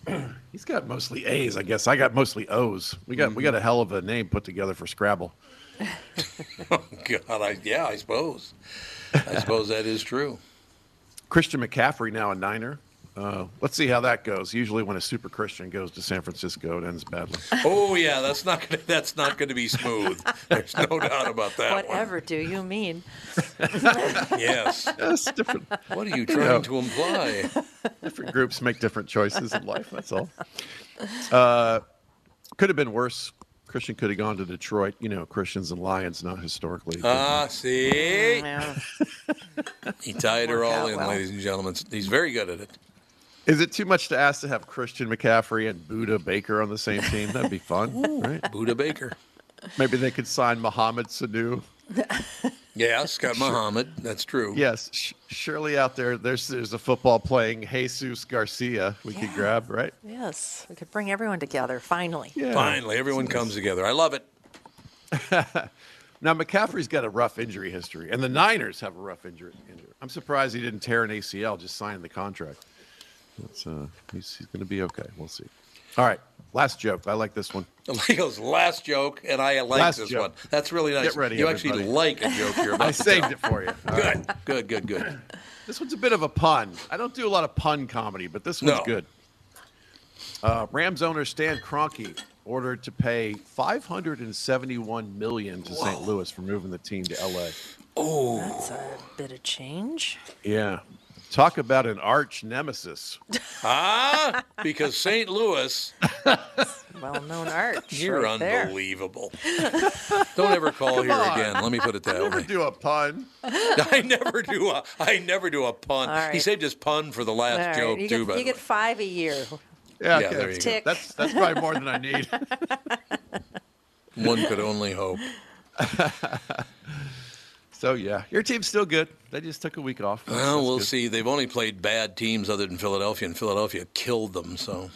he's got mostly A's, I guess. I got mostly O's. We Mm-hmm. got we got a hell of a name put together for Scrabble. God, I, yeah, I suppose. I suppose Oh, that is true. Christian McCaffrey now a Niner. Uh, let's see how that goes. Usually, when a super Christian goes to San Francisco, it ends badly. Oh yeah, that's not gonna, that's not going to be smooth. There's no doubt about that. one. Whatever do you mean? Yes. That's different. What are you trying Yeah. to imply? different groups make different choices in life. That's all. Uh, could have been worse. Christian could have gone to Detroit. You know, Christians and Lions, not historically. Ah, see, Yeah. he tied her Work all Mm, out in, well. ladies and gentlemen. He's very good at it. Is it too much to ask to have Christian McCaffrey and Buddha Baker on the same team? That'd be fun, right? Buddha Baker. Maybe they could sign Mohammed Sanu. Yeah, Scott Muhammad. That's true. Yes, sh- surely out there, there's there's a football playing Jesus Garcia we could Yeah. grab, right? Yes, we could bring everyone together finally. Yeah. Finally, everyone comes together. I love it. Now McCaffrey's got a rough injury history, and the Niners have a rough injury. injury. I'm surprised he didn't tear an ACL. Just signed the contract. That's uh, he's, he's going to be okay. We'll see. All right, last joke. I like this one. Leo's last joke, and I like Last this joke. one. That's really nice. Get ready, you actually everybody. like a joke here. I saved it for you. All right. Good, good, good, good. This one's a bit of a pun. I don't do a lot of pun comedy, but this one's No. good. Uh, Rams owner Stan Kroenke ordered to pay 571 million to St. Louis for moving the team to LA. Oh, That's a bit of change. Yeah. Talk about an arch nemesis. ah, because St. Louis, Well known arch. you're right there. unbelievable. Don't ever call here on. again. Let me put it that Never way. do a pun. I never do a, I never do a pun. All right. He saved his pun for the All last right, joke you too. get, by you the get way. five a year. Yeah, Yeah, okay. there you go. Tick. That's that's probably more than I need. One could only hope. So yeah, your team's still good. They just took a week off. Well, we'll see. They've only played bad teams other than Philadelphia, and Philadelphia killed them. So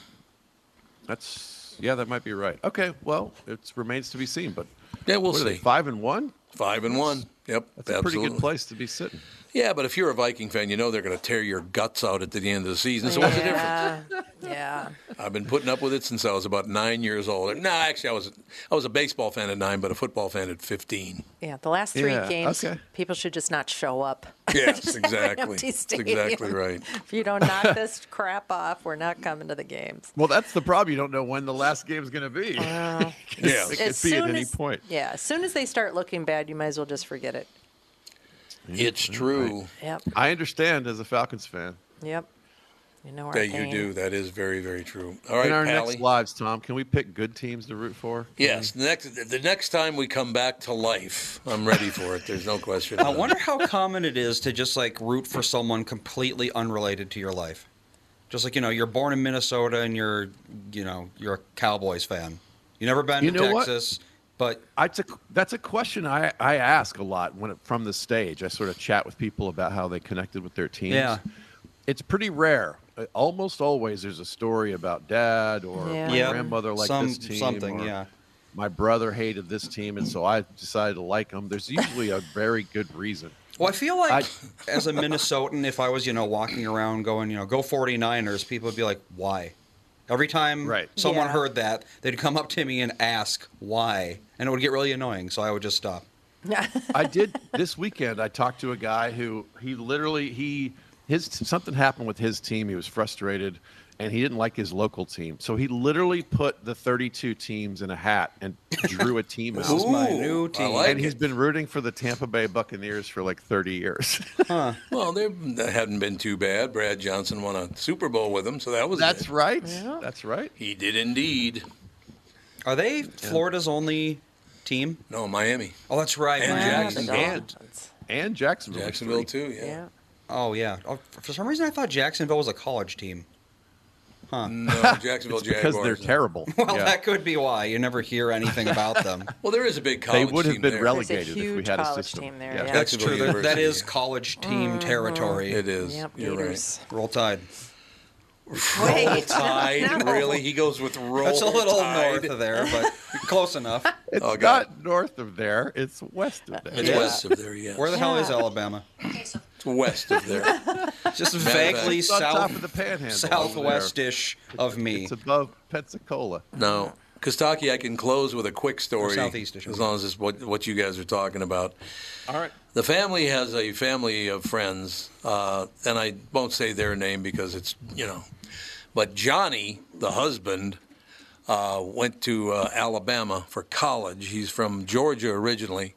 that's yeah, that might be right. Okay, well, it remains to be seen, but yeah, we'll what are they, see. five and one, five and one. Yep, that's a pretty good place to be sitting. Yeah, but if you're a Viking fan, you know they're going to tear your guts out at the end of the season. So what's the difference? yeah. yeah. I've been putting up with it since I was about nine years old. No, actually, I was I was a baseball fan at nine, but a football fan at fifteen. Yeah, the last three Yeah, games, okay. people should just not show up. Yes, Just have an exactly. empty That's stadium. exactly right. If you don't knock this crap off, we're not coming to the games. Well, that's the problem. You don't know when the last game's going to be. yeah, it could As be at soon any as- point. Yeah, as soon as they start looking bad, you might as well just forget it. It's true. Yep. I understand as a Falcons fan. Yep. You know our That you pain. do. That is very very true. All right, In our Pally. next lives, Tom, can we pick good teams to root for? Yes, next the next time we come back to life, I'm ready for it. There's no question. I about it. wonder how common it is to just like root for someone completely unrelated to your life. Just like you know, you're born in Minnesota and you're you know you're a Cowboys fan. You never been You to know what? Texas, but That's a that's a question I, I ask a lot when it, from the stage. I sort of chat with people about how they connected with their teams. Yeah. it's pretty rare. Uh, Almost always, there's a story about dad or Yeah. my Yep. grandmother liked Some- this team. something, or yeah. My brother hated this team, and so I decided to like them. There's usually a very good reason. Well, I feel like as a Minnesotan, if I was, you know, walking around going, you know, go 49ers, people would be like, why? Every time someone Yeah. heard that, they'd come up to me and ask why. And it would get really annoying. So I would just stop. I did this weekend. I talked to a guy who he literally he his something happened with his team. He was frustrated, and he didn't like his local team. So he literally put the 32 teams in a hat and drew a team. This out. is my Ooh, new I team. like and he's it. been rooting for the Tampa Bay Buccaneers for like 30 years. Well, they that hadn't been too bad. Brad Johnson won a Super Bowl with him, so that was That's good. right. That's right. He did indeed. Are they Florida's only team? No, Miami. Oh, that's right. And Miami. Jacksonville. And- and Jacksonville. Jacksonville too. Yeah. Oh, yeah. Oh, f- for some reason, I thought Jacksonville was a college team. Huh. No, Jacksonville It's because Jaguars. they're terrible. Well, Yeah. that could be why. You never hear anything about them. Well, there is a big They college. would have team been there. relegated if we had a system. Yeah. That's true. Jacksonville That- that is University. college team territory. It is. Yep, You're right. Gators. Roll Tide. Roll Tide, really? He goes with roll. That's a little Tide. north of there, but close enough. It's Oh, God. not north of there. It's west of there. It's west of there, yes. Where the hell is Yeah. Alabama? It's west of there. Just Matter of fact- vaguely It's on south top of the panhandle southwest-ish of me. It's above Pensacola. No. Kostaki, I can close with a quick story. southeast-ish. as long as it's what, what you guys are talking about. All right. The family has a family of friends, uh, and I won't say their name because it's, you know. But Johnny, the husband, uh, went to uh, Alabama for college. He's from Georgia originally.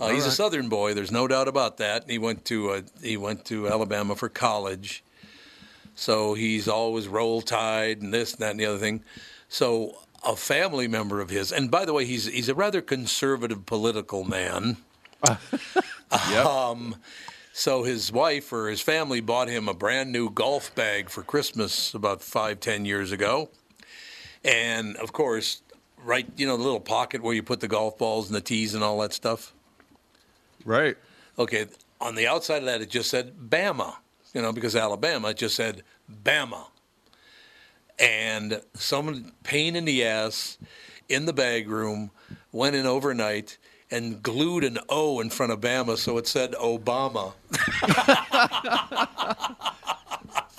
Uh, he's a Alright. Southern boy. There's no doubt about that. He went to uh, he went to Alabama for college, so he's always roll tide and this and that and the other thing. So a family member of his, and by the way, he's he's a rather conservative political man. Um, so his wife or his family bought him a brand new golf bag for Christmas about five, ten years ago. And of course, right, you know, the little pocket where you put the golf balls and the tees and all that stuff. Right. Okay. On the outside of that, it just said Bama, you know, because Alabama, it just said Bama. And some pain in the ass in the bag room went in overnight and glued an O in front of Bama so it said Obama.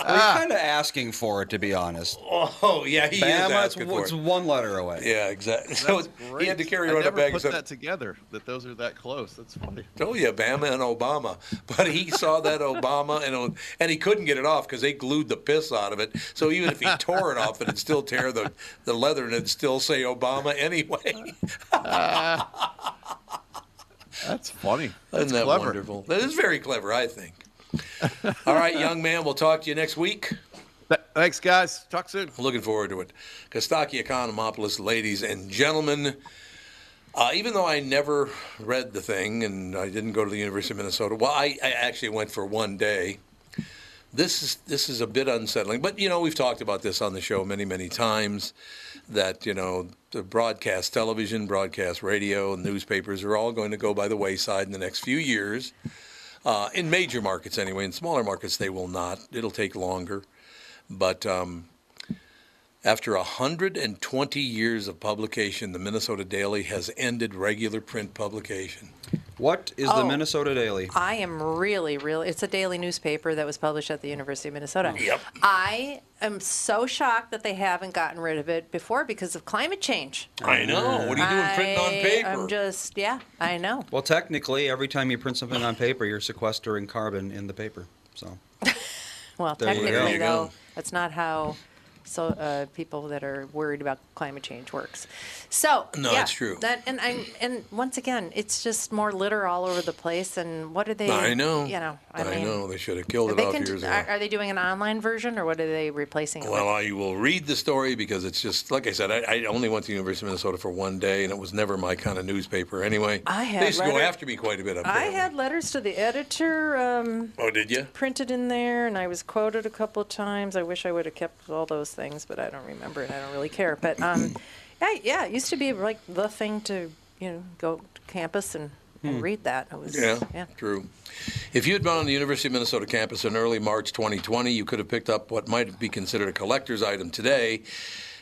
We're Ah. kind of asking for it, to be honest. Oh yeah, he is Bama, it's, asking for it's it. one letter away. Yeah, exactly. So That's it's- he great. had to carry I around a never bag. put So, that together that those are that close. That's funny. told you, Bama and Oh, Obama. But he saw that Obama and and he couldn't get it off because they glued the piss out of it. So even if he tore it off, it'd still tear the, the leather and it'd still say Obama anyway. That's funny. That's Isn't that clever. wonderful? That is very clever, I think. All right, young man, we'll talk to you next week. Thanks, guys. Talk soon. Looking forward to it. Kostaki Economopoulos, ladies and gentlemen. Uh, even though I never read the thing and I didn't go to the University of Minnesota, well, I, I actually went for one day. This is this is a bit unsettling, but you know we've talked about this on the show many many times that you know the broadcast television, broadcast radio, and newspapers are all going to go by the wayside in the next few years. Uh, in major markets, anyway, in smaller markets they will not. It'll take longer, but um, after 120 years of publication, the Minnesota Daily has ended regular print publication. What is the Oh. Minnesota Daily? I am really, really. It's a daily newspaper that was published at the University of Minnesota. Yep. I am so shocked that they haven't gotten rid of it before because of climate change. I know. What are you doing printing on I paper? am just, yeah, I know. Well, technically, every time you print something on paper, you're sequestering carbon in the paper. So Well, There you go. There technically, you though, go. that's not how so uh, people that are worried about climate change works. So No, yeah, it's true. That and I and once again, it's just more litter all over the place. And what are they? I know. You know, I, mean, know. They should have killed Are it they, off cont- years ago. are, are they doing an online version or what are they replacing it Well, I will read the story because it's just like I said. I, I only went to the University of Minnesota for one day, and it was never my kind of newspaper. Anyway, I had they used to go letter- after me quite a bit. with? Up I there. had letters to the editor um, oh, did you? printed in there, and I was quoted a couple of times. I wish I would have kept all those things, but I don't remember, and I don't really care. But um, yeah, yeah, it used to be like the thing to you know go to campus and, and Hmm. read that. It was Yeah, yeah. true. If you had been on the University of Minnesota campus in early March 2020, you could have picked up what might be considered a collector's item today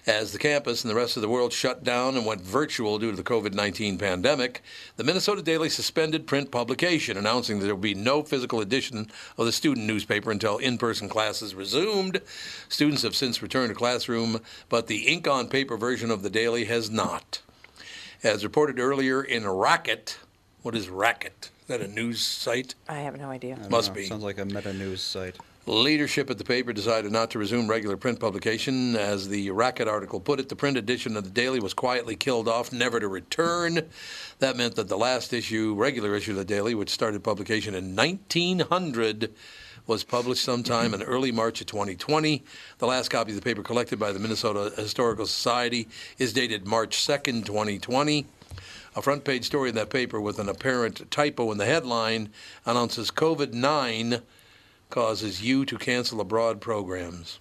as the campus and the rest of the world shut down and went virtual due to the COVID 19 pandemic. The Minnesota Daily suspended print publication, announcing that there will be no physical edition of the student newspaper until in person classes resumed. Students have since returned to classroom, but the ink on paper version of the Daily has not. As reported earlier in Racket, what is Racket? Is that a news site? I have no idea. I don't Must know. be. Sounds like a meta news site. Leadership at the paper decided not to resume regular print publication. As the Racket article put it, the print edition of the Daily was quietly killed off, never to return. That meant that the last issue, regular issue of the Daily, which started publication in 1900, was published sometime in early March of 2020. The last copy of the paper collected by the Minnesota Historical Society is dated March 2nd, 2020. A front page story in that paper with an apparent typo in the headline announces COVID 9 causes you to cancel abroad programs.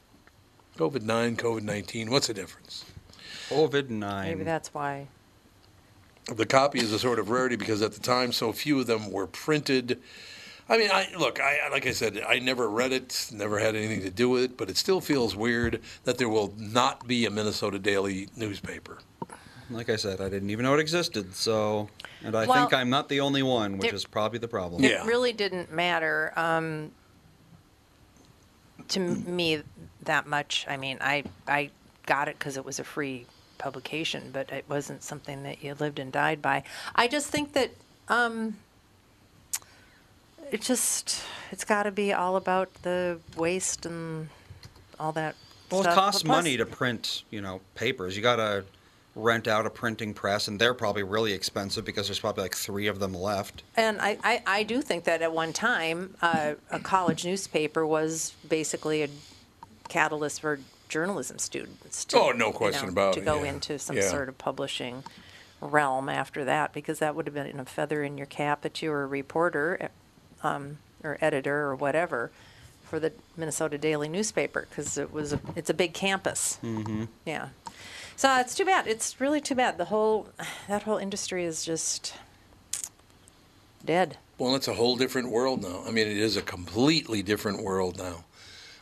COVID 9, COVID 19, what's the difference? COVID 9. Maybe that's why. The copy is a sort of rarity because at the time so few of them were printed. I mean, I look, I like I said, I never read it, never had anything to do with it, but it still feels weird that there will not be a Minnesota Daily newspaper. Like I said, I didn't even know it existed. So, and I Well, think I'm not the only one, which it- is probably the problem. It really didn't matter um, to m- me that much. I mean, I I got it because it was a free publication, but it wasn't something that you lived and died by. I just think that um, it just it's got to be all about the waste and all that. Well, it stuff. costs Plus- money to print, you know, papers. You gotta rent out a printing press, and they're probably really expensive because there's probably like three of them left. And I, I, I do think that at one time, uh, a college newspaper was basically a catalyst for journalism students. To, Oh, no question about to it, To go yeah. into some Yeah. sort of publishing realm after that, because that would have been a feather in your cap that you were a reporter um, or editor or whatever for the Minnesota Daily newspaper, because it was a, it's a big campus. Mm-hmm. Yeah. So it's too bad. It's really too bad. The whole that whole industry is just dead. Well, it's a whole different world now. I mean, it is a completely different world now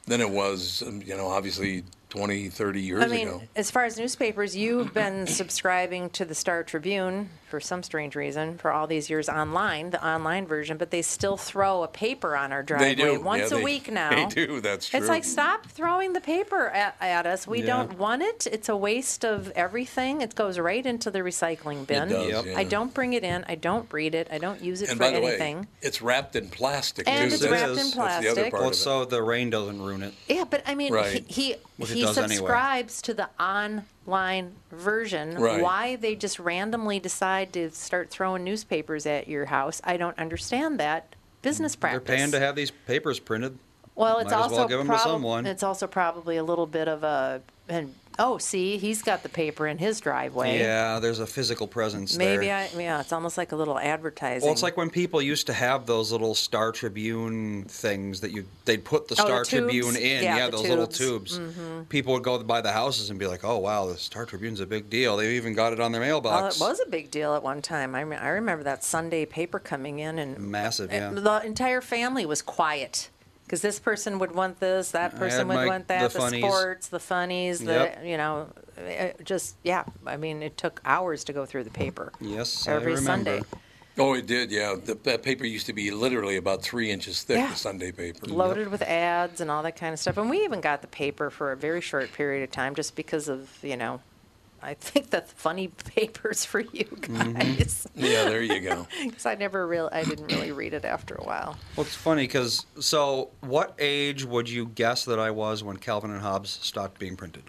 than it was, um, you know, obviously 20, 30 years I mean, ago. as far as newspapers, you've been subscribing to the Star Tribune for some strange reason for all these years online, the online version, but they still throw a paper on our driveway They do. once Yeah, a they- week now. They do. That's true. It's like stop throwing the paper at, at us. We Yeah. don't want it. It's a waste of everything. It goes right into the recycling bin. does, Yep. yeah. I don't bring it in. I don't read it. I don't use it and for by the anything. way, it's wrapped in plastic. And too. it's wrapped in That's the other plastic. part Well, of it. so the rain doesn't ruin it. Yeah, but I mean, Right. he he, Which it he does anyway. subscribes to the online version. Right. Why they just randomly decide to start throwing newspapers at your house? I don't understand that business They're practice. paying to have these papers printed. well, it's Might as also well give 'em to prob- someone. it's also probably a little bit of a an, Oh, see, he's got the paper in his driveway. Yeah, there's a physical presence there. Maybe I. Yeah, it's almost like a little advertising. Well, it's like when people used to have those little Star Tribune things that you they'd put the Oh, the Star tubes? Tribune in. Yeah, Yeah, the those little tubes. tubes. Mhm. People would go by the houses and be like, "Oh wow, the Star Tribune's a big deal." They even got it on their Well, mailbox. it was a big deal at one time. I, mean, I remember that Sunday paper coming in, and massive. Yeah. the entire family was quiet because this person would want this, that I person had would my- want that, the the, funnies. sports, the funnies, Yep. the you know, eh, just yeah. I mean, it took hours to go through the paper. Yes, every Sunday. Oh, it did. Yeah, the, that paper used to be literally about three inches thick. Yeah. The Sunday paper Loaded with ads and all that kind of stuff. And we even got the paper for a very short period of time just because of, you know, I think the funny papers for you Mm-hmm. guys. Yeah, there you go. Because I never real, I didn't really read it after a while. Well, it's funny because so what age would you guess that I was when Calvin and Hobbes stopped being printed?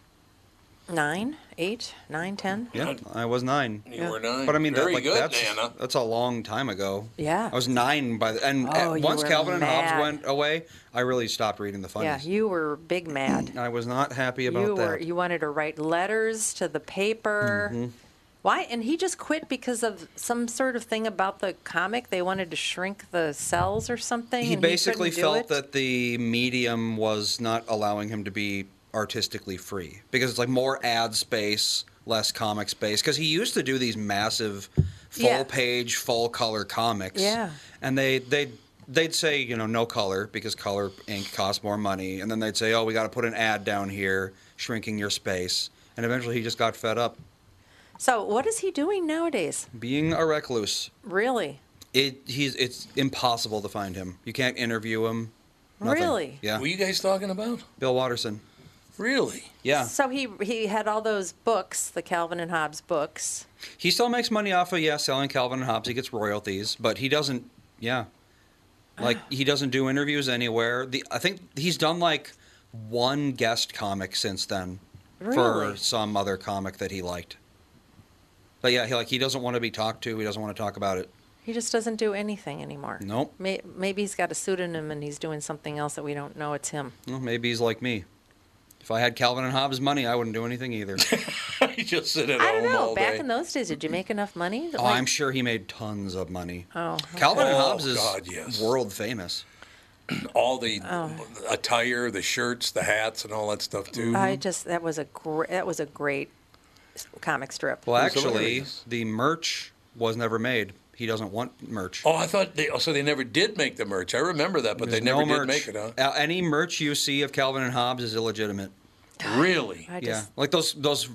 Nine, eight, nine, ten. Yeah, I was nine. You were nine. But I mean, Very that, like, good, that's, Nana. that's a long time ago. Yeah. I was nine by the and Oh, uh, you once were Calvin and mad. Hobbes went away, I really stopped reading the Yeah, funnies. you were big mad. I was not happy about You were that. you wanted to write letters to the paper. Mhm. Why? And he just quit because of some sort of thing about the comic. They wanted to shrink the cells or something. He and basically couldn't do felt it. that the medium was not allowing him to be artistically free because it's like more ad space, less comic space. Because he used to do these massive, full Yeah. page, full color comics. Yeah. and they they they'd say you know no color because color ink costs more money, and then they'd say oh we got to put an ad down here, shrinking your space, and eventually he just got fed up So what is he doing nowadays? being a recluse. Really? It he's it's impossible to find him. You can't interview him. nothing. Really? Yeah. Who you guys talking about? Bill Watterson. Really? Yeah. So he he had all those books, the Calvin and Hobbes books. He still makes money off of yeah selling Calvin and Hobbes. He gets royalties, but he doesn't. Yeah, like he doesn't do interviews anywhere. The I think he's done like one guest comic since then for Really? some other comic that he liked. But yeah, he like he doesn't want to be talked to. He doesn't want to talk about it. He just doesn't do anything anymore. Nope. May, maybe he's got a pseudonym and he's doing something else that we don't know it's him. Well, maybe he's like me. If I had Calvin and Hobbes money, I wouldn't do anything either. you just sit at I don't home know. all Back day. in those days, did you make enough money? Oh, I'm sure he made tons of money. Oh, Calvin and Oh, Hobbes is God, yes. world famous. All the Oh. attire, the shirts, the hats, and all that stuff too. I just that was a great that was a great s- comic strip. Well, actually, the merch was never made. He doesn't want merch. Oh, I thought they. Oh, so they never did make the merch. I remember that, but There's they never no did make merch. it, huh? Uh, any merch you see of Calvin and Hobbes is illegitimate. Really? I yeah. just- Like those those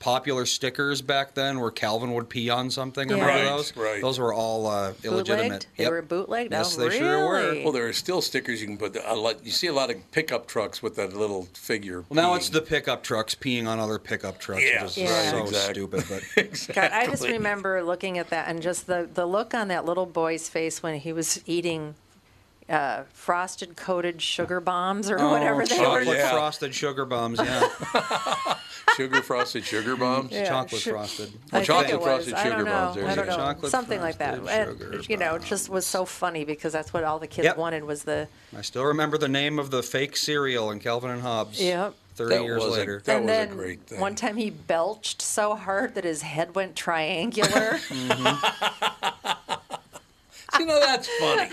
popular stickers back then where Calvin would pee on something. Yeah. Remember Right, those? right. Those were all uh, illegitimate. They Yep. were bootlegged. Yes, oh, they really? sure were. Well, there are still stickers you can put. A lot, you see a lot of pickup trucks with that little figure. Well, now it's the pickup trucks peeing on other pickup trucks, Yeah, which is Yeah. so right, exactly. stupid. But God, I just Exactly. remember looking at that and just the, the look on that little boy's face when he was eating uh, frosted coated sugar bombs or whatever Oh, they chocolate were. frosted sugar bombs, yeah. sugar frosted sugar bombs. Yeah, chocolate shu- I frosted. Well, think it chocolate was. frosted I sugar don't know. bombs. There I you don't go. know. Something like that. And, you know, it just was so funny because that's what all the kids Yep. wanted was the. I still remember the name of the fake cereal in Calvin and Hobbes. Yep. Thirty That years was a- later. that and then one time he belched so hard that his head went triangular. Mm-hmm. You know, that's funny.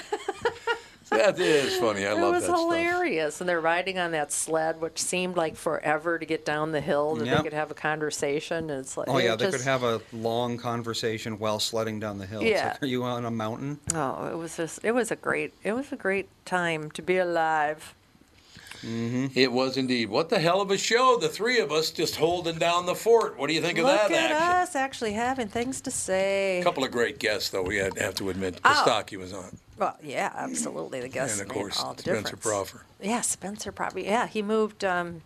that is funny. I it love was that hilarious. And they're riding on that sled, which seemed like forever to get down the hill that they Yep. could have a conversation. And it's like, Oh yeah, it they could just- have a long conversation while sledding down the hill. It's Yeah. like, are you on a mountain? Oh, it was just, it was a great, it was a great time to be alive. Mm-hmm. stuff. It was indeed. What the hell of a show! The three of us just holding down the fort. What do you think of Look that at action? us actually having things to say. A couple of great guests, though. We had have to admit, Oh. Kostaki was on, Well, yeah, absolutely. The guests and of made course all the Spencer difference. Proffer. Yeah, Spencer probably. Yeah, he moved. Um,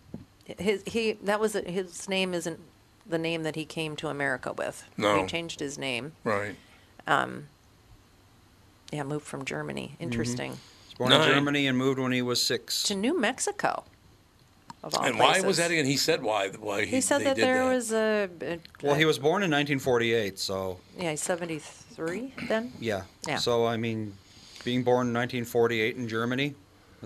his he that was his name isn't the name that he came to America with. No. he changed his name. Right. Um, yeah, moved from Germany. Mm-hmm. Interesting He's born Nine. in Germany and moved when he was six. to New Mexico. Of all And why was places. that again? He said why. Why he, He said they that did there that. was a, a Well, he was born in 1948, so yeah seventy three then. yeah. Yeah. So I mean, being born in 1948 in Germany,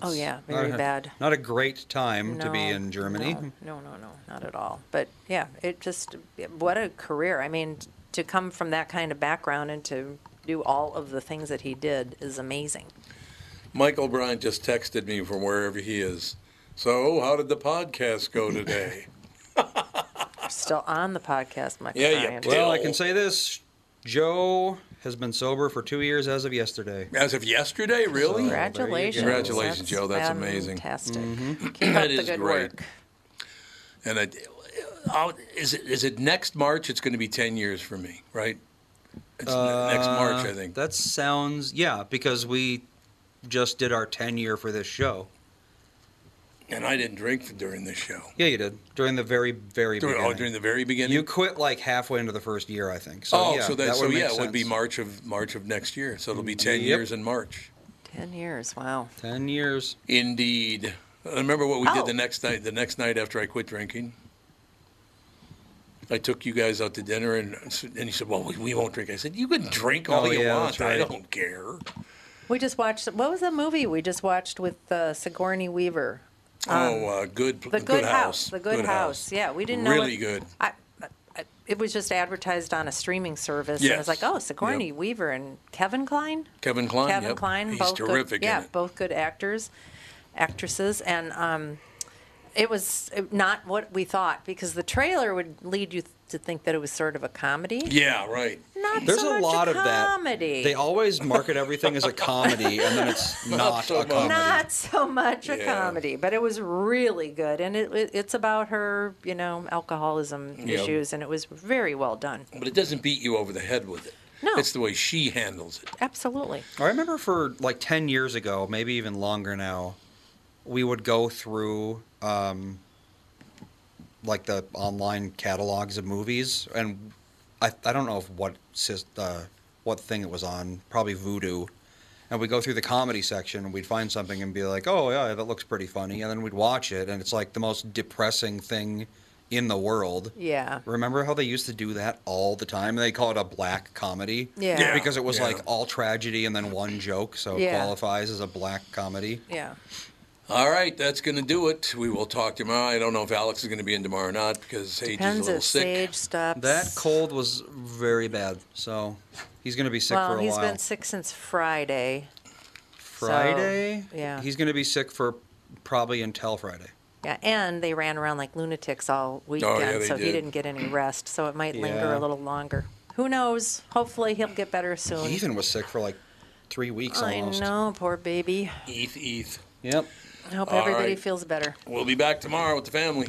Oh, yeah, not very a- bad. Not a great time to be No, in Germany. No, no, no, no, not at all. But yeah, it just what a career. I mean, to come from that kind of background and to do all of the things that he did is amazing. Michael Bryant just texted me from wherever he is. So, how did the podcast go today? I'm still on the podcast, Michael. Yeah, you Bryant. Well, I can say this: Joe has been sober for two years as of yesterday. As of yesterday, So, there really? you go. Congratulations. Congratulations, That's Joe. That's amazing. fantastic. Mm-hmm. That is great. And I, I'll, is it is it next March? It's going to be ten years for me, right? It's ne- next March, I Uh, think. That sounds yeah, because we just did our ten year for this show. And I didn't drink during this show. Yeah, you did during the very very During- oh, beginning. during the very beginning. You quit like halfway into the first year, I think. So, oh, yeah, so that, that so would make yeah, it would be sense. March of March of next year. So it'll be ten Yep. years in March. Ten years. Wow. Ten years. Indeed. I remember what we Oh. did the next night. The next night after I quit drinking, I took you guys out to dinner, and and you said, "Well, we, we won't drink." I said, "You can drink all Oh, you yeah, want. that's I right. don't care." We just watched. What was the movie we just watched with uh, Sigourney Weaver? oh, uh, good, Um, The Good, House. The Good, House. Yeah, we didn't know. Really it, good. I, I, it was just advertised on a streaming service, and I was Yes. like, "Oh, Sigourney Weaver and Kevin Klein." Kevin Klein. Kevin yep. Klein, He's both terrific. Good, yeah, in it. both good actors, actresses, and um, it was not what we thought because the trailer would lead you to think that it was sort of a comedy. Yeah, right. Not There's so a much lot a of that. comedy. They always market everything as a comedy, and then it's not, a comedy. Not so much a Yeah. comedy, but it was really good, and it, it it's about her, you know, alcoholism Yeah. issues, and it was very well done. But it doesn't beat you over the head with it. No. It's the way she handles it. Absolutely. I remember for like 10 years ago, maybe even longer now, we would go through um, like the online catalogs of movies. And I, I don't know if what, sys- uh, what thing it was on, probably Voodoo. And we'd go through the comedy section and we'd find something and be like, oh, yeah, that looks pretty funny. And then we'd watch it and it's like the most depressing thing in the world. Yeah. Remember how they used to do that all the time? They call it a black comedy. Yeah. Yeah. Because it was Yeah. like all tragedy and then one joke, so it Yeah. qualifies as a black comedy. Yeah. All right, that's going to do it. We will talk tomorrow. I don't know if Alex is going to be in tomorrow or not because Sage is a Depends little if sick. Sage stops. That cold was very bad, so he's going to be sick well, for a he's while. been sick since Friday. Friday? yeah. He's going to be sick for probably until Friday. Yeah, and they ran around like lunatics all weekend, Oh, they so he did. didn't get any rest. So it might linger Yeah. a little longer. Who knows? Hopefully, he'll get better soon. Ethan was sick for like three weeks I almost. know, poor baby. Eeth, Eeth. Yep. I hope All everybody right. feels better. We'll be back tomorrow with the family.